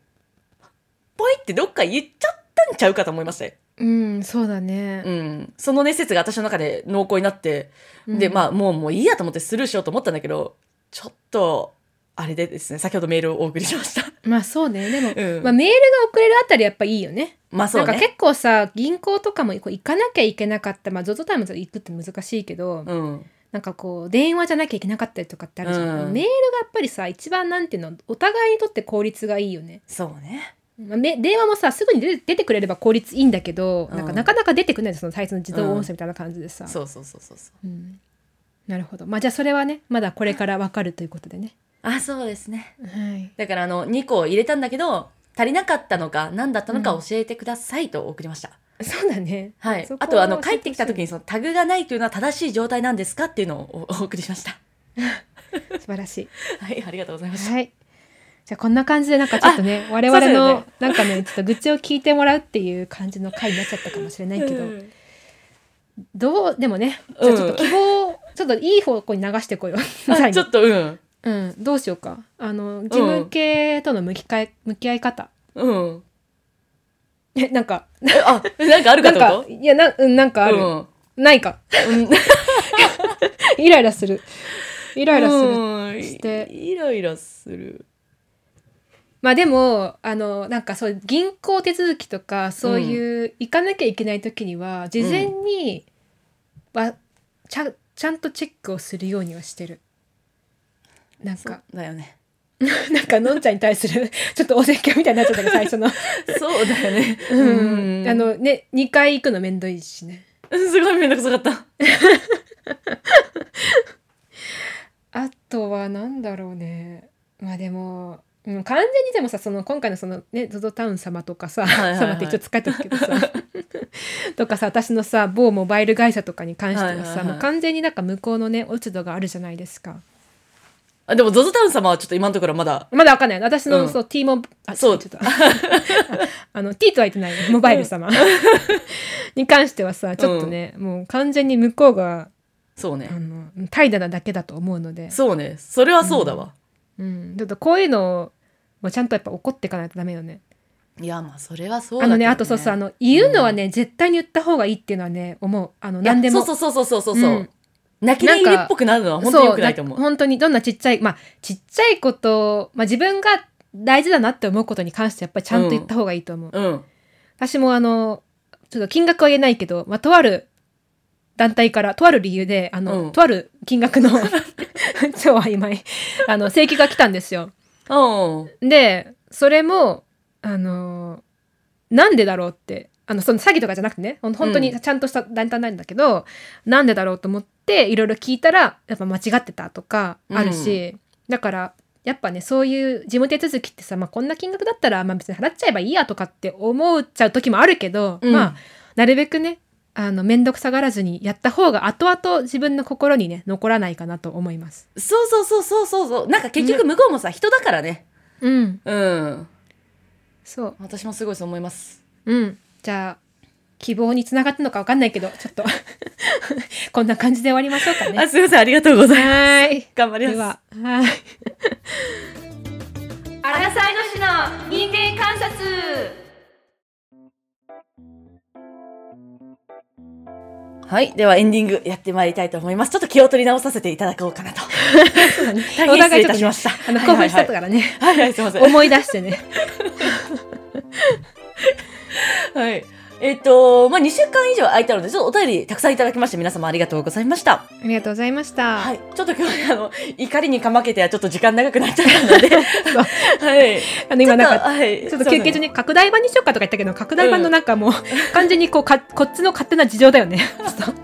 Speaker 1: ポイってどっか言っちゃったんちゃうかと思いましたよ
Speaker 2: うんそうだね
Speaker 1: う。んそのね説が私の中で濃厚になって、で
Speaker 2: うん
Speaker 1: まあもうもういいやと思ってスルーしようと思ったんだけどちょっとあれでですね先ほどメールをお送りしました、
Speaker 2: まあそうねでも、
Speaker 1: うん
Speaker 2: まあ、メールが送れるあたりやっぱいいよね。
Speaker 1: まあそう
Speaker 2: なんか
Speaker 1: ね
Speaker 2: 結構さ銀行とかもこう行かなきゃいけなかったまあ ZOZO タイムズ行くって難しいけ
Speaker 1: う
Speaker 2: ど、
Speaker 1: ん
Speaker 2: なんかこう電話じゃなきゃいけなかったりとかってあるじゃん、
Speaker 1: うん
Speaker 2: メールがやっぱりさ一番なんていうのお互いにとって効率がいいよね。
Speaker 1: そうね
Speaker 2: まあ、め電話もさすぐに出て出てくれれば効率いいんだけど、
Speaker 1: うん
Speaker 2: なんかなかなか出てくれないその最初の自動音声みたいな感じでさ。
Speaker 1: そうそうそうそうそう
Speaker 2: うんなるほどまあじゃあそれはねまだこれからわかるということでね。
Speaker 1: あそうですね
Speaker 2: はい、
Speaker 1: だからあの2個入れたんだけど足りなかったのか何だったのか教えてくださいと送りました、
Speaker 2: そうだね。
Speaker 1: はい
Speaker 2: そこ
Speaker 1: あ
Speaker 2: は
Speaker 1: とあの
Speaker 2: 教
Speaker 1: 帰
Speaker 2: えてほしい
Speaker 1: ってきた時にそのタグがないというのは正しい状態なんですかっていうのをおお送りしました
Speaker 2: 素晴らしい。
Speaker 1: はいありがとうございました
Speaker 2: はい。じゃあこんな感じでなんかちょっとね我々
Speaker 1: そうだよ
Speaker 2: の
Speaker 1: ね
Speaker 2: なんかねちょっと愚痴を聞いてもらうっていう感じの回になっちゃったかもしれないけど、
Speaker 1: うん
Speaker 2: どうでもね
Speaker 1: うん
Speaker 2: じゃあちょっと希望、ちょっといい方向に流してこよう。
Speaker 1: あ
Speaker 2: 最
Speaker 1: ちょ
Speaker 2: 後
Speaker 1: っとうん
Speaker 2: うんどうしようかあの事務系との向きかえ向き合い方
Speaker 1: うん
Speaker 2: えなんか
Speaker 1: えあ、なんかあるかっ
Speaker 2: なん
Speaker 1: て
Speaker 2: か
Speaker 1: こ
Speaker 2: いやなうんなん
Speaker 1: と
Speaker 2: かある、
Speaker 1: うん
Speaker 2: ないか イライラするイライラする、
Speaker 1: うん
Speaker 2: して
Speaker 1: イライラする。
Speaker 2: まあでもあのなんかそう銀行手続きとかそういう、行かなきゃいけない時には事前に、わちゃんちゃんとチェックをするようにはしてるなんか
Speaker 1: そうだよね。
Speaker 2: なんかのんちゃんに対するちょっとお説教みたいになっちゃったけど最初の
Speaker 1: そうだよね。
Speaker 2: うんあ
Speaker 1: あの、
Speaker 2: のね2回行くのめんどいしね
Speaker 1: すごいめんどくさかった。
Speaker 2: あとはなんだろうねまあでも、うん、完全にでもさその今回のそのね ZOZO タウン様とかさ、
Speaker 1: はいはいはい
Speaker 2: 様って一応使えてるけどさ とかさ私のさ某モバイル会社とかに関してはさ、
Speaker 1: はいはいはい
Speaker 2: もう完全になんか向こうのね落ち度があるじゃないですか
Speaker 1: あ、でも、ゾゾタウン様はちょっと今のところまだ。
Speaker 2: まだわかんない私の、
Speaker 1: うん
Speaker 2: そう T もあ
Speaker 1: そう
Speaker 2: ちょっと ああの T とは言ってないよモバイル様 に関してはさちょっとね、もう完全に向こうが
Speaker 1: そう
Speaker 2: あ
Speaker 1: ね。
Speaker 2: の怠惰なだけだと思うので
Speaker 1: そうね。それはそうだわ。
Speaker 2: うん、ちょっとこういうのもちゃんとやっぱ怒っていかないとダメよね。
Speaker 1: いや、まあ、それはそう
Speaker 2: あ
Speaker 1: だけ
Speaker 2: の
Speaker 1: ど
Speaker 2: ねあとそうそうあの言うのはね、絶対に言った方がいいっていうのはね思うあの
Speaker 1: いや
Speaker 2: 何でも
Speaker 1: そうそうそうそうそうそう。
Speaker 2: うん
Speaker 1: 泣き寝入りっぽくなるのは本当に良くないと思
Speaker 2: そう
Speaker 1: う。
Speaker 2: 本当にどんなちっちゃいまあちっちゃいこと、まあ、自分が大事だなって思うことに関してやっぱりちゃんと言った方がいいと思う。
Speaker 1: うん。
Speaker 2: 私もあのちょっと金額は言えないけど、まあ、とある団体からとある理由であの、
Speaker 1: うん
Speaker 2: とある金額の 超曖昧あの請求が来たんですよ。
Speaker 1: うん。
Speaker 2: でそれもあのーなんでだろうってあのその詐欺とかじゃなくてねほん本当
Speaker 1: う
Speaker 2: にちゃんとした団体なんだけど、なんでだろうと思っていろいろ聞いたらやっぱ間違ってたとかあるし、だからやっぱねそういう事務手続きってさ、まあ、こんな金額だったら、まあ、別に払っちゃえばいいやとかって思っちゃう時もあるけど、
Speaker 1: うん
Speaker 2: まあなるべくねあの面倒くさがらずにやった方が後々自分の心にね残らないかなと思います。
Speaker 1: そうそうそうそうそうそう。なんか結局向こうもさ、人だからね。
Speaker 2: うん、
Speaker 1: うん。
Speaker 2: そう
Speaker 1: 私もすごいそう思います。
Speaker 2: うん、じゃあ希望につながったのかわかんないけどちょっと こんな感じで終わりましょうかね。
Speaker 1: あ、すいません。ありがとうございます。
Speaker 2: はーい
Speaker 1: 頑張ります。
Speaker 2: でははい。アラサイの市の人間観察。
Speaker 1: はい。では、エンディングやってまいりたいと思います。ちょっと気を取り直させていただこうかな と。大変失礼いたしました。
Speaker 2: あの興奮しちゃった
Speaker 1: はい
Speaker 2: からね、
Speaker 1: はいはい、はいはい、すいません。
Speaker 2: 思い出してね。
Speaker 1: はい。えっ、と、まあ、2週間以上空いたので、ちょっとお便りたくさんいただきまして、皆様ありがとうございました。
Speaker 2: ありがとうございました。
Speaker 1: はい。ちょっと今日ね、あの、怒りにかまけてはちょっと時間長くなっちゃった ので、はい。
Speaker 2: あの今なんか。
Speaker 1: はい
Speaker 2: ちょっと休憩中
Speaker 1: に。
Speaker 2: に拡大版にしようかとか言ったけど拡大版のなんかもう完全にこうかこっちの勝手な事情だよねちょっと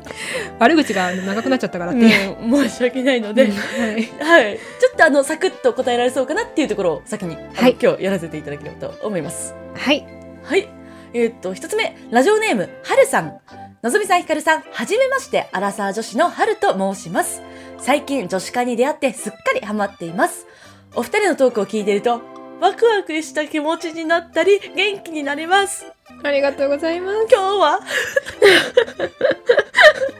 Speaker 2: 悪口が長くなっちゃったからっていう、
Speaker 1: うん申し訳ないので、
Speaker 2: うんはい
Speaker 1: はい。ちょっとあの、サクッと答えられそうかなっていうところを先に、あの
Speaker 2: はい
Speaker 1: 今日やらせていただければと思います。
Speaker 2: はい
Speaker 1: はい。えーっと、一つ目、ラジオネーム、はるさん。のぞみさん、ひかるさん、はじめまして、アラサー女子のはると申します。最近、女子会に出会ってすっかりハマっています。お二人のトークを聞いていると、ワクワクした気持ちになったり、元気になります。
Speaker 2: ありがとうございます。
Speaker 1: 今日は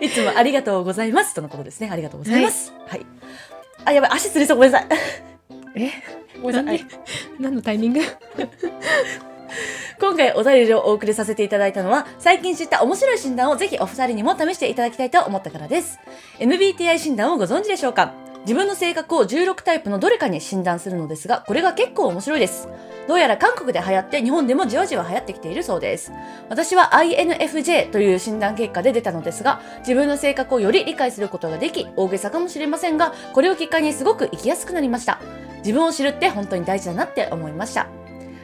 Speaker 1: いつもありがとうございます。とのことですね。ありがとうございます。はい。あ、やばい、足つりそう。ごめんなさい。
Speaker 2: え、
Speaker 1: ごめんなさい。
Speaker 2: 何のタイミング？
Speaker 1: 今回お便りをお送りさせていただいたのは最近知った面白い診断をぜひお二人にも試していただきたいと思ったからです MBTI 診断をご存知でしょうか自分の性格を16タイプのどれかに診断するのですがこれが結構面白いですどうやら韓国で流行って日本でもじわじわ流行ってきているそうです私は INFJ という診断結果で出たのですが自分の性格をより理解することができ大げさかもしれませんがこれをきっかけにすごく生きやすくなりました自分を知るって本当に大事だなって思いました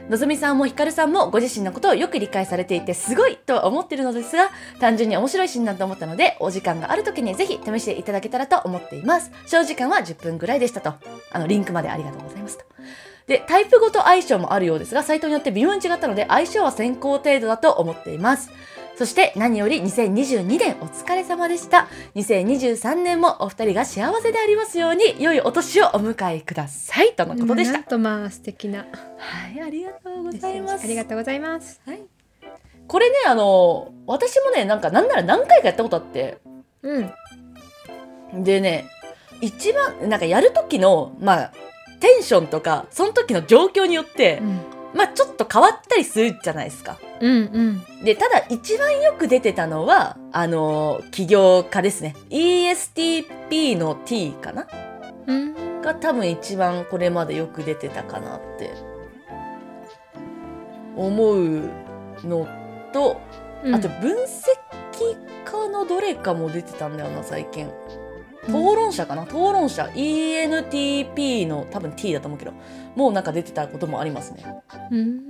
Speaker 1: のぞみさんもひかるさんもご自身のことをよく理解されていてすごいとは思ってるのですが単純に面白い診断と思ったのでお時間がある時にぜひ試していただけたらと思っています小時間は10分ぐらいでしたとあのリンクまでありがとうございますとでタイプごと相性もあるようですがサイトによって微妙に違ったので相性は先行程度だと思っていますそして何より2022年お疲れ様でした2023年もお二人が幸せでありますように良いお年をお迎えくださいとのことでし
Speaker 2: な
Speaker 1: た
Speaker 2: んとまあ素敵な
Speaker 1: はいありがとうご
Speaker 2: メッセ
Speaker 1: ざい
Speaker 2: ージ
Speaker 1: ます
Speaker 2: ありがとうございます。
Speaker 1: はい、これねあの私もねなんかなんなら何回かやったことあって
Speaker 2: うん、
Speaker 1: でね一番なんかやる時のまあテンションとかその時の状況によって、まあちょっと変わったりするじゃないですか。
Speaker 2: うんうん
Speaker 1: で、ただ一番よく出てたのは、あのー起業家ですね。ESTP の T かな
Speaker 2: うん
Speaker 1: が多分一番これまでよく出てたかなって思うのと、
Speaker 2: うん
Speaker 1: あと分析家のどれかも出てたんだよな最近討論者かな、討論者 ENTP の多分 T だと思うけどもうなんか出てたこともありますね
Speaker 2: うん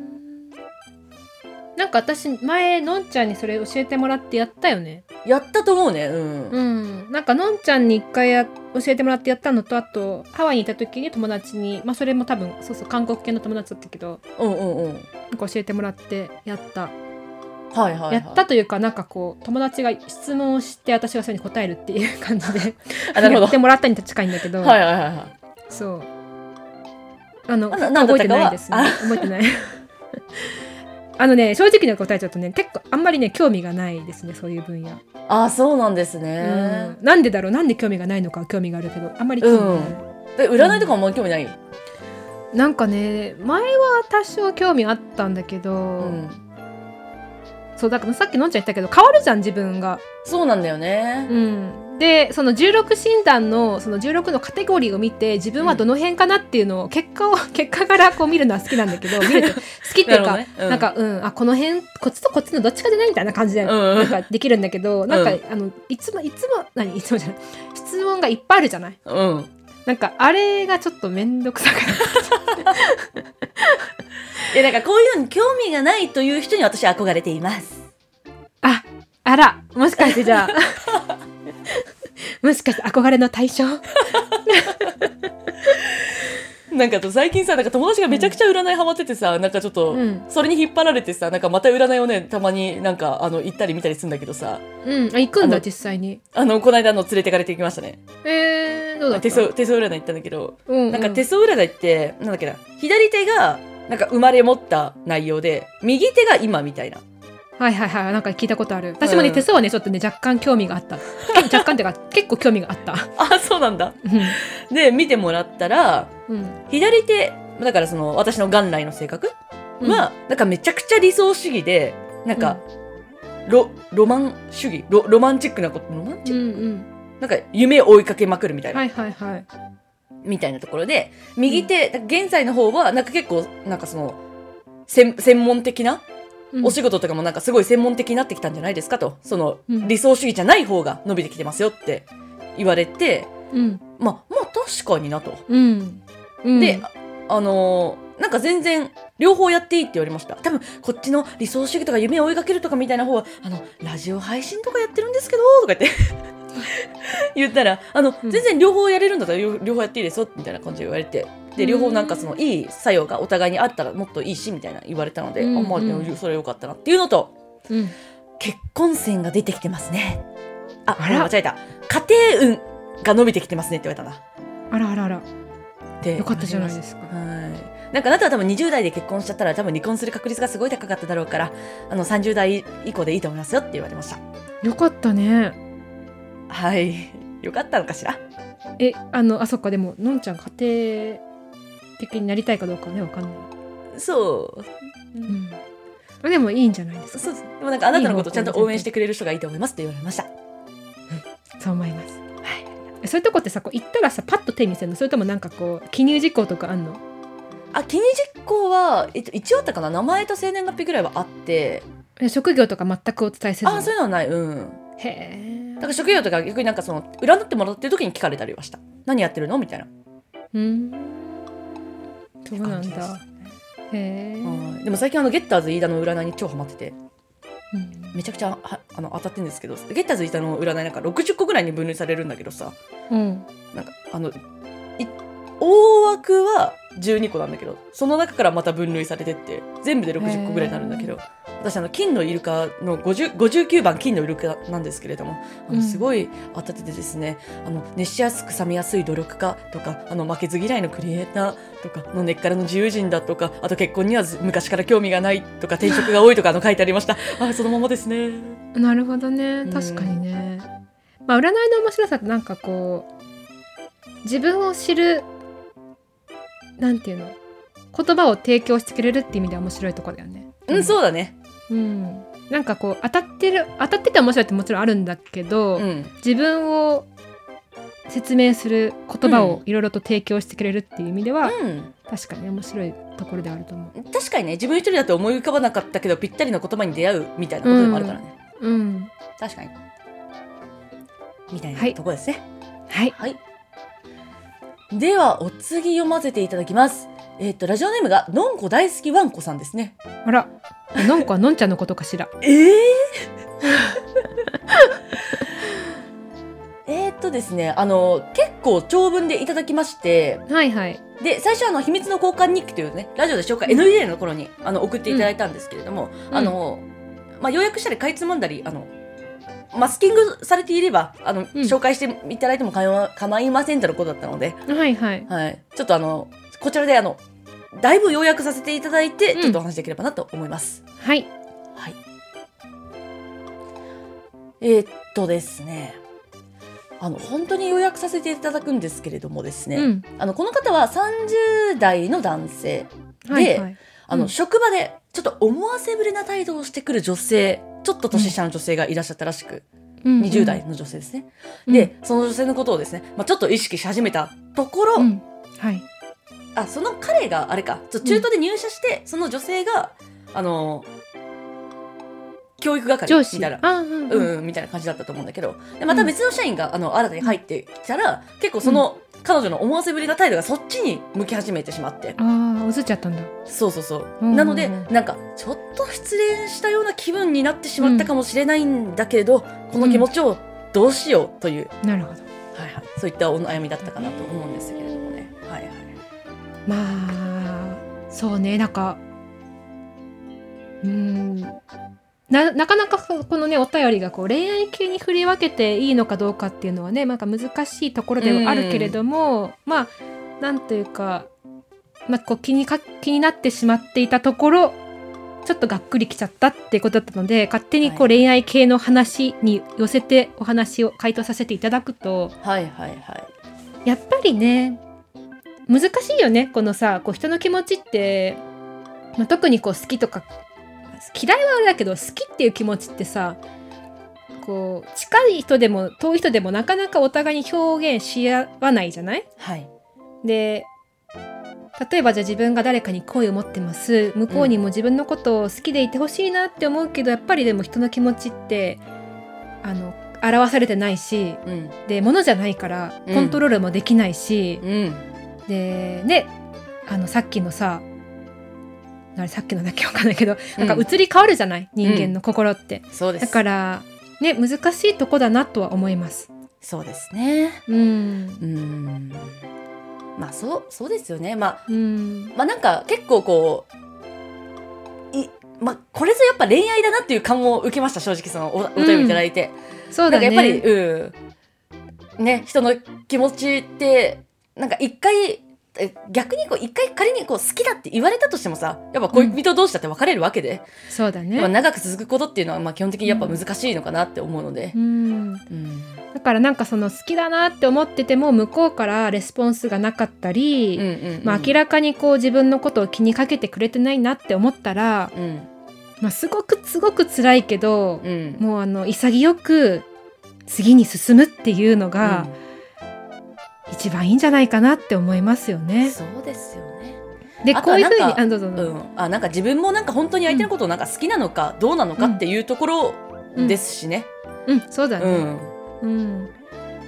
Speaker 2: なんか私前のんちゃんにそれ教えてもらってやったよね
Speaker 1: やったと思うねうん、
Speaker 2: うんなんかのんちゃんに一回や教えてもらってやったのとあとハワイにいた時に友達にまあそれも多分そうそう韓国系の友達だったけど
Speaker 1: うんうんうん
Speaker 2: なんか教えてもらってやった
Speaker 1: はいはい、はい、
Speaker 2: やったというかなんかこう友達が質問をして私がそれに答えるっていう感じで
Speaker 1: あなるほ
Speaker 2: や
Speaker 1: ど
Speaker 2: ってもらったに近いんだけど、
Speaker 1: はいはいはいはい
Speaker 2: そうあの
Speaker 1: あななんだ
Speaker 2: 覚
Speaker 1: っ
Speaker 2: え
Speaker 1: た
Speaker 2: て
Speaker 1: か
Speaker 2: ない
Speaker 1: は
Speaker 2: ですね覚えてない あのね正直に答えちゃうとね結構あんまりね興味がないですねそういう分野、
Speaker 1: ああそうなんですね、
Speaker 2: うんなんでだろうなんで興味がないのかは興味があるけどあんまり興味がない、
Speaker 1: で占いとかもあんまり興味ない
Speaker 2: なんかね前は多少興味あったんだけど、
Speaker 1: うん
Speaker 2: そうだからさっきのんちゃん言ったけど変わるじゃん自分が
Speaker 1: そうなんだよね、
Speaker 2: うん、でその16診断のその16のカテゴリーを見て自分はどの辺かなっていうのを結果を 結果からこう見るのは好きなんだ けど見ると好きってい
Speaker 1: な
Speaker 2: うか
Speaker 1: るほどねうん
Speaker 2: なんかうんあこの辺こっちとこっちのどっちかじゃないみたいな感じで、
Speaker 1: うん
Speaker 2: なんかできるんだけどなんか、
Speaker 1: うん
Speaker 2: あのいつもいつも何いつもじゃない質問がいっぱいあるじゃない
Speaker 1: うん
Speaker 2: なんかあれがちょっと面倒く さくなってきちゃう
Speaker 1: いやなんかこういうのに興味がないという人に私は憧れています。
Speaker 2: ああらもしかしてじゃあ もしかして憧れの対象
Speaker 1: なんかと最近さなんか友達がめちゃくちゃ占いハマっててさ、なんかちょっと、
Speaker 2: うん
Speaker 1: それに引っ張られてさなんかまた占いをねたまになんかあの行ったり見たりするんだけどさ
Speaker 2: うんあ行くん
Speaker 1: あ
Speaker 2: だ
Speaker 1: の
Speaker 2: 実際に
Speaker 1: あのこの間あの連れてかれてきましたね
Speaker 2: えー、どうだった
Speaker 1: 手相手相占い行ったんだけど、
Speaker 2: うう
Speaker 1: なんか手相占いってなんだっけな左手がなんか生まれ持った内容で右手が今みたいな
Speaker 2: はいはいはいなんか聞いたことある私もね、
Speaker 1: うん
Speaker 2: 手相はねちょっとね若干興味があったけ 若干っていうか結構興味があった
Speaker 1: あそうなんだ
Speaker 2: う
Speaker 1: で見てもらったら
Speaker 2: んうん
Speaker 1: 左手だからその私の元来の性格
Speaker 2: うん
Speaker 1: は、なんかめちゃくちゃ理想主義でなんか、ロロマン主義ロロマンチックなことロマン
Speaker 2: う
Speaker 1: チ
Speaker 2: ん
Speaker 1: ック、
Speaker 2: うん
Speaker 1: なんか夢を追いかけまくるみたいな、
Speaker 2: はいはいはい
Speaker 1: みたいなところで右手、だから現在の方はなんか結構なんかその専専門的な
Speaker 2: うん
Speaker 1: お仕事とかもなんかすごい専門的になってきたんじゃないですかとその
Speaker 2: うん
Speaker 1: 理想主義じゃない方が伸びてきてますよって言われて
Speaker 2: うん
Speaker 1: まあまあ確かになと。
Speaker 2: うんうん
Speaker 1: で、ああのーなんか全然両方やっていいって言われました多分こっちの理想主義とか夢を追いかけるとかみたいな方はあのラジオ配信とかやってるんですけどとか言って 言ったらあの
Speaker 2: うん
Speaker 1: 全然両方やれるんだったら両両方やっていいですよみたいな感じで言われて
Speaker 2: う
Speaker 1: で
Speaker 2: ん
Speaker 1: 両方なんかそのいい作用がお互いにあったらもっといいしみたいな言われたので、
Speaker 2: うん
Speaker 1: あまあでも
Speaker 2: うん
Speaker 1: それよかったなっていうのと
Speaker 2: うん
Speaker 1: 結婚線が出てきてますねあ
Speaker 2: あら
Speaker 1: 間違えた家庭運が伸びてきてますねって言われたな
Speaker 2: あらあらあら
Speaker 1: で
Speaker 2: よかったじゃないですか
Speaker 1: はい。なんかあなたは多分20代で結婚しちゃったら多分離婚する確率がすごい高かっただろうから、あの30代以降でいいと思いますよって言われました。
Speaker 2: よかったね
Speaker 1: はい。よかったのかしら
Speaker 2: えあのあそっかでものんちゃん家庭的になりたいかどうかはねわかんない、
Speaker 1: そう。
Speaker 2: うんまあ、でもいいんじゃないですか
Speaker 1: そうです。でもなんかあなたのことをちゃんと応援してくれる人がいいと思いますって言われました。
Speaker 2: そう思いますはいそういうとこってさこう行ったらさパッと手見せるのそれともなんかこう記入事項とかあんの
Speaker 1: あ、記入実行は、えっと、一応あったかな名前と生年月日ぐらいはあって、
Speaker 2: え職業とか全くお伝えせず
Speaker 1: あ、そういうのはない。うん。
Speaker 2: へえ
Speaker 1: だから職業とか逆になんかその、占ってもらってる時に聞かれたりはした。何やってるのみたいな。
Speaker 2: うんそうな
Speaker 1: 感じ
Speaker 2: ん
Speaker 1: でした
Speaker 2: だへえ、
Speaker 1: はいでも最近あの、ゲッターズ飯田の占いに超ハマってて。
Speaker 2: うん
Speaker 1: めちゃくちゃはあの当たってるんですけどゲッターズ板の占いなんか60個ぐらいに分類されるんだけどさ
Speaker 2: うん、
Speaker 1: なんかあのい大枠は12個なんだけどその中からまた分類されてって全部で60個ぐらいになるんだけど私あの金のイルカの50 59番金のイルカなんですけれどもあ
Speaker 2: う
Speaker 1: の
Speaker 2: ん
Speaker 1: すごい当たっててですね、あの熱しやすく冷めやすい努力家とかあの負けず嫌いのクリエイターとかの根っからの自由人だとかあと結婚にはず昔から興味がないとか転職が多いとかあの書いてありましたあそのままですね。
Speaker 2: なるほどね
Speaker 1: うん
Speaker 2: 確かにね、まあ占いの面白さってなんかこう自分を知るなんていうの言葉を提供してくれるって意味では面白いとこだよね。
Speaker 1: うん、
Speaker 2: う。
Speaker 1: そうだね。
Speaker 2: うん。なんかこう当たってる当たってて面白いってもちろんあるんだけど、
Speaker 1: うん。
Speaker 2: 自分を説明する言葉をいろいろと提供してくれるっていう意味では、
Speaker 1: うん。
Speaker 2: 確かに面白いところであると思う。
Speaker 1: 確かにね、自分一人だと思い浮かばなかったけど、ぴったりの言葉に出会うみたいなことでもあるからね。
Speaker 2: うん。
Speaker 1: 確かに。みたい
Speaker 2: は
Speaker 1: ないとこですね。
Speaker 2: はい。
Speaker 1: はい。では、お次読ませていただきます。えっ、と、ラジオネームが、のんこ大好きわんこさんですね。
Speaker 2: あら、のんこはのんちゃんのことかしら。
Speaker 1: ええ えーっとですね、あの、結構長文でいただきまして、
Speaker 2: はいはい。
Speaker 1: で、最初あの、秘密の交換日記というね、ラジオで紹介、NDA の頃に、あの、送っていただいたんですけれども、
Speaker 2: うん
Speaker 1: あの、まあ、要約したり、かいつまんだり、あの、マスキングされていれば、あの、紹介していただいてもかよ構いませんとのことだったので、
Speaker 2: はいはい。
Speaker 1: はい。ちょっとあの、こちらであの、だいぶ要約させていただいて、
Speaker 2: うん
Speaker 1: ちょっとお話しできればなと思います。
Speaker 2: はい。
Speaker 1: はい。えーっとですね。あの、本当に要約させていただくんですけれどもですね。
Speaker 2: うん。
Speaker 1: あの、この方は30代の男性。
Speaker 2: はいはい。
Speaker 1: あの、
Speaker 2: うん
Speaker 1: 職場でちょっと思わせぶりな態度をしてくる女性、ちょっと年下の女性がいらっしゃったらしく、
Speaker 2: うん
Speaker 1: 20代の女性ですね。
Speaker 2: うん
Speaker 1: で、その女性のことをですね、まあ、ちょっと意識し始めたところ、
Speaker 2: うん。はい。
Speaker 1: あその彼があれかちょ中途で入社して、その女性があの教育係
Speaker 2: 上司。
Speaker 1: みたいな。
Speaker 2: あうん
Speaker 1: う
Speaker 2: うん。
Speaker 1: んうん、みたいな感じだったと思うんだけどでまた別の社員が、あの新たに入ってきたら結構その、彼女の思わせぶりな態度がそっちに向き始めてしまって
Speaker 2: ああ、映っちゃったんだ。
Speaker 1: そうそうそう、
Speaker 2: うん
Speaker 1: なのでなんかちょっと失恋したような気分になってしまったかもしれないんだけれど、この気持ちをどうしようという、
Speaker 2: なるほど。
Speaker 1: はいはい、そういったお悩みだったかなと思うんですけれどもね。はいはい、
Speaker 2: まあ、そうね、なんか、うーん。ななかなかこのねお便りがこう恋愛系に振り分けていいのかどうかっていうのはねなんか難しいところではあるけれども、まあなんというか、まあ、こう気にか気になってしまっていたところちょっとがっくりきちゃったってことだったので勝手に
Speaker 1: は
Speaker 2: こう
Speaker 1: い
Speaker 2: 恋愛系の話に寄せてお話を回答させていただくと、
Speaker 1: はいはいはい
Speaker 2: やっぱりね難しいよねこのさこう人の気持ちって、まあ、特にこう好きとか嫌いはあれだけど好きっていう気持ちってさこう近い人でも遠い人でもなかなかお互いに表現し合わないじゃない
Speaker 1: はい
Speaker 2: で例えばじゃあ自分が誰かに好意を持ってます向こうにも自分のことを好きでいてほしいなって思うけど、やっぱりでも人の気持ちってあの表されてないし
Speaker 1: うん
Speaker 2: で物じゃないから
Speaker 1: うん
Speaker 2: コントロールもできないし、
Speaker 1: うん
Speaker 2: でねあのさっきのさあれさっきのだっけわかんないけど、なん
Speaker 1: うん
Speaker 2: か移り変わるじゃない人間の心って、
Speaker 1: そうです。
Speaker 2: だからね難しいとこだなとは思います
Speaker 1: そうですね。
Speaker 2: うん
Speaker 1: うーん。まあそうそうですよね。ま
Speaker 2: うん
Speaker 1: あまあなんか結構こういまあこれぞやっぱ恋愛だなっていう感を受けました正直そのおお便りいただいて、
Speaker 2: そう
Speaker 1: な
Speaker 2: だ
Speaker 1: ん
Speaker 2: ね
Speaker 1: かやっぱりうんね人の気持ちってなんか一回え逆にこう一回仮にこう好きだって言われたとしてもさやっぱ恋人同士だって別れるわけで、
Speaker 2: そうだ
Speaker 1: やっぱ
Speaker 2: ね、
Speaker 1: 長く続くことっていうのはまあ基本的にやっぱ難しいのかなって思うので
Speaker 2: う、ん、だ
Speaker 1: うん
Speaker 2: からなんかその好きだなって思ってても向こうからレスポンスがなかったり、
Speaker 1: うんうんうん
Speaker 2: まあ、明らかにこう自分のことを気にかけてくれてないなって思ったら、
Speaker 1: うん
Speaker 2: まあ、すごくすごく辛いけど、
Speaker 1: うん
Speaker 2: もうあの潔く次に進むっていうのが一番いいんじゃないかなって思いますよ
Speaker 1: うん
Speaker 2: ね。
Speaker 1: そうですよね。
Speaker 2: で
Speaker 1: あと
Speaker 2: こ
Speaker 1: は
Speaker 2: ういうふうに
Speaker 1: なんか
Speaker 2: あどうぞどう
Speaker 1: う
Speaker 2: ぞ、
Speaker 1: ん、あなんか自分もなんか本当に相手のことをなんか好きなのかどうなのかっていうところですしね。
Speaker 2: うんそうだ
Speaker 1: うん、
Speaker 2: ね、うん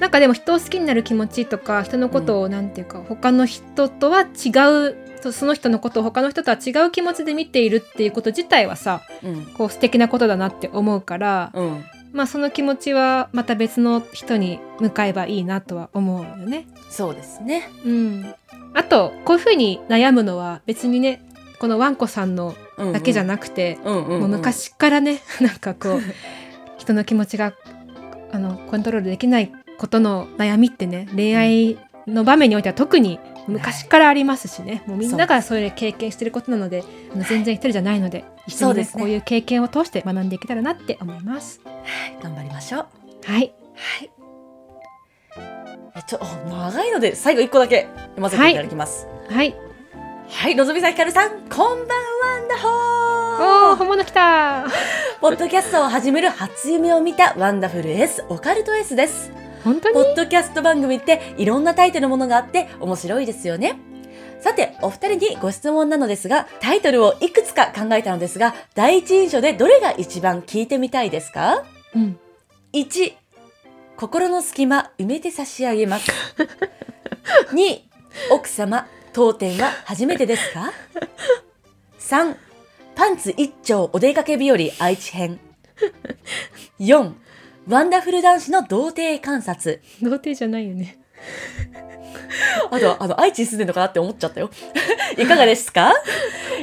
Speaker 2: なんかでも人を好きになる気持ちとか人のことをなんていうか、他の人とは違うそその人のことを他の人とは違う気持ちで見ているっていうこと自体はさ
Speaker 1: うん、
Speaker 2: こう素敵なことだなって思うから、
Speaker 1: うん、
Speaker 2: まあその気持ちはまた別の人に向かえばいいなとは思うよね。
Speaker 1: そうですね。
Speaker 2: うん、あとこういうふうに悩むのは別にねこのワンコさんの
Speaker 1: うんうん
Speaker 2: だけじゃなくて、
Speaker 1: うんうんうん、
Speaker 2: もう昔からね なんかこう人の気持ちがあのコントロールできないことの悩みってね恋愛の場面においては特に昔からありますしね、もうみんながそういう経験してることなのであの全然一人じゃないので一緒
Speaker 1: そう
Speaker 2: に、
Speaker 1: で
Speaker 2: ね
Speaker 1: すね
Speaker 2: こういう経験を通して学んでいけたらなって思います。
Speaker 1: 頑張りましょう。
Speaker 2: はい、
Speaker 1: はい。えちょお長いので最後一個だけ読ませていただきます。
Speaker 2: はい、
Speaker 1: はい、のぞみさんひかるさん、こんばん
Speaker 2: お
Speaker 1: は
Speaker 2: お、
Speaker 1: んだほー
Speaker 2: 本物来た。
Speaker 1: ポッドキャストを始める初夢を見たワンダフル S、オカルト S です。
Speaker 2: 本当
Speaker 1: ポ
Speaker 2: に。
Speaker 1: ッドキャスト番組っていろんなタイトルのものがあって面白いですよね。さて、お二人にご質問なのですが、タイトルをいくつか考えたのですが、第一印象でどれが一番聞いてみたいですか
Speaker 2: うん。
Speaker 1: ?1、心の隙間埋めて差し上げます。2、奥様、当店は初めてですか ?3、パンツ一丁お出かけ日和愛知編。4、ワンダフル男子の童貞観察。
Speaker 2: 童貞じゃないよね。
Speaker 1: あとは、あの、愛知に住んでるのかなって思っちゃったよ。 いかがですか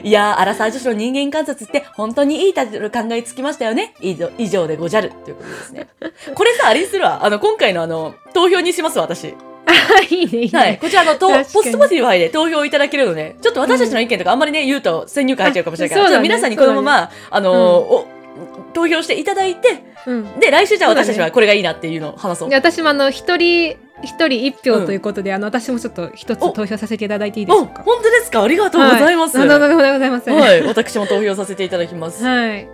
Speaker 1: いやー、アラサー女子の人間観察って本当にいいタイトル考えつきましたよね。以上以上でごじゃる。ということですね。これさ、あれにするわ。あの、今回のあの、投票にしますわ、私。
Speaker 2: あ、 いいね、いいね。
Speaker 1: はい。こちらの、と
Speaker 2: 確かに
Speaker 1: ポストモティファイで投票いただけるので、ちょっと私たちの意見とかあんまりね、言うと先入観入っちゃうかもしれないから、
Speaker 2: あ
Speaker 1: ち
Speaker 2: そ
Speaker 1: ょっ
Speaker 2: うだ
Speaker 1: と
Speaker 2: ね
Speaker 1: 皆さんにこのまま、あのー、お、投票していただいて、
Speaker 2: うん。
Speaker 1: で、来週じゃあ
Speaker 2: そうだ
Speaker 1: 私
Speaker 2: ね
Speaker 1: たちはこれがいいなっていうのを話そう
Speaker 2: で。私もあの一人一人一票ということで、あの私もちょっと一つ
Speaker 1: お
Speaker 2: 投票させていただいていいでしょ
Speaker 1: お、
Speaker 2: うか。
Speaker 1: 本当ですかありがとうございます。
Speaker 2: はあどうもどうもございます。
Speaker 1: はい、私も投票させていただきます。
Speaker 2: はい。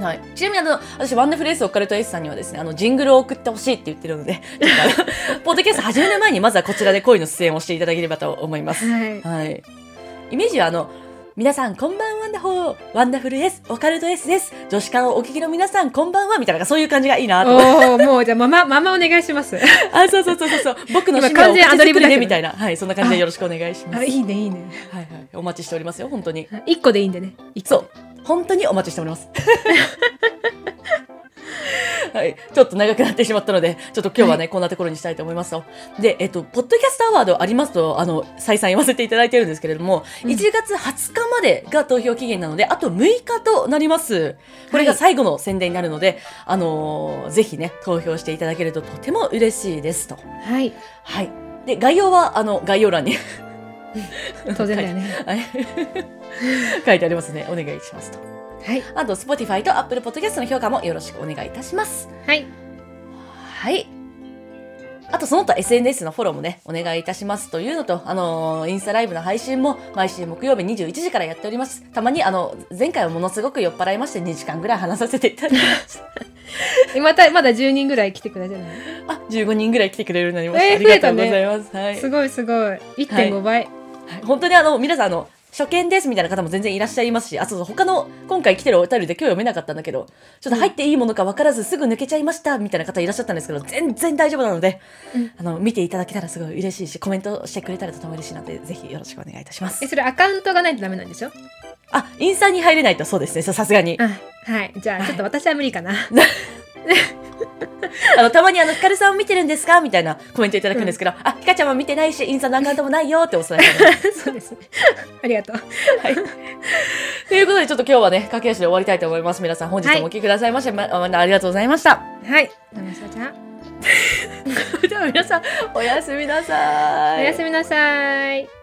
Speaker 1: はい、ちなみにあの私ワンダフルエースオカルトエースさんにはですねあのジングルを送ってほしいって言ってるので ちょっとあのポッドキャスト始める前にまずはこちらで恋の出演をしていただければと思います。
Speaker 2: はい。
Speaker 1: はい、イメージはあの皆さんこんばんはワンダホーワンダフルエースオカルトエースです女子館をお聞きの皆さんこんばんはみたいなそういう感じがいいなと思って
Speaker 2: おおー、もうじゃあママママお願いします。
Speaker 1: あそうそうそうそうそう僕の
Speaker 2: 今
Speaker 1: 使命を
Speaker 2: 完全アドリブだけ
Speaker 1: で
Speaker 2: ど
Speaker 1: みたいなはいそんな感じでよろしくお願いします。
Speaker 2: あ、
Speaker 1: はい
Speaker 2: いいねいいね。
Speaker 1: はい、お待ちしておりますよ本当に。
Speaker 2: 一個でいいんでね。一個
Speaker 1: そう。本当にお待ちしております。 はい、ちょっと長くなってしまったので、ちょっと今日はね、こんなところにしたいと思いますよ。で、えっと、ポッドキャストアワードありますと、あの、再三言わせていただいてるんですけれども、
Speaker 2: うん
Speaker 1: 1月20日までが投票期限なので、あと6日となります。これが
Speaker 2: はい
Speaker 1: 最後の宣伝になるので、あのーぜひね、投票していただけるととても嬉しいですと。
Speaker 2: はい。
Speaker 1: はい。で、概要は、あの、概要欄に
Speaker 2: 当然だよね。
Speaker 1: はい 書いてありますね。お願いしますと。
Speaker 2: はい。
Speaker 1: あと Spotify と Apple Podcast の評価もよろしくお願いいたします。
Speaker 2: はい。
Speaker 1: はい。あとその他 SNS のフォローもね、お願いいたしますというのと、あのーインスタライブの配信も毎週木曜日21時からやっております。たまにあの、前回はものすごく酔っ払いまして2時間ぐらい話させていただきました。
Speaker 2: えまたまだ10人ぐらい来てくださいね。
Speaker 1: あ、15人ぐらい来てくれるようになりました。
Speaker 2: えー
Speaker 1: ありがとうご
Speaker 2: 増えた
Speaker 1: ざ
Speaker 2: ね
Speaker 1: います。はい
Speaker 2: す。ごいすごい。1.5倍。
Speaker 1: はい本当にあの皆さんあの初見ですみたいな方も全然いらっしゃいますしあそうそう他の今回来てるお便りで今日読めなかったんだけどちょっと入っていいものか分からずすぐ抜けちゃいましたみたいな方いらっしゃったんですけど全然大丈夫なので、
Speaker 2: うん
Speaker 1: あの見ていただけたらすごい嬉しいしコメントしてくれたらとても嬉しいのでぜひよろしくお願いいたしま
Speaker 2: え、
Speaker 1: す
Speaker 2: それアカウントがないとダメなんでしょ
Speaker 1: あインスタに入れないとそうですねそうさすがに
Speaker 2: あ、はい。じゃあちょっと私は無 理かな。
Speaker 1: あのたまにあの「ひかるさんを見てるんですか?」みたいなコメントいただくんですけど「あひかちゃんは見てないしインスタのアカウントもないよ」ってお伝えしてます
Speaker 2: そうですね。 ありがとう。
Speaker 1: はい。ということで、ちょっと今日はね、駆け足で終わりたいと思います。皆さん、本日もお聞きくださいまして、ままありがとうございました。
Speaker 2: はい。ナムサちゃん。
Speaker 1: では皆さん、おやすみなさい。
Speaker 2: おやすみなさい。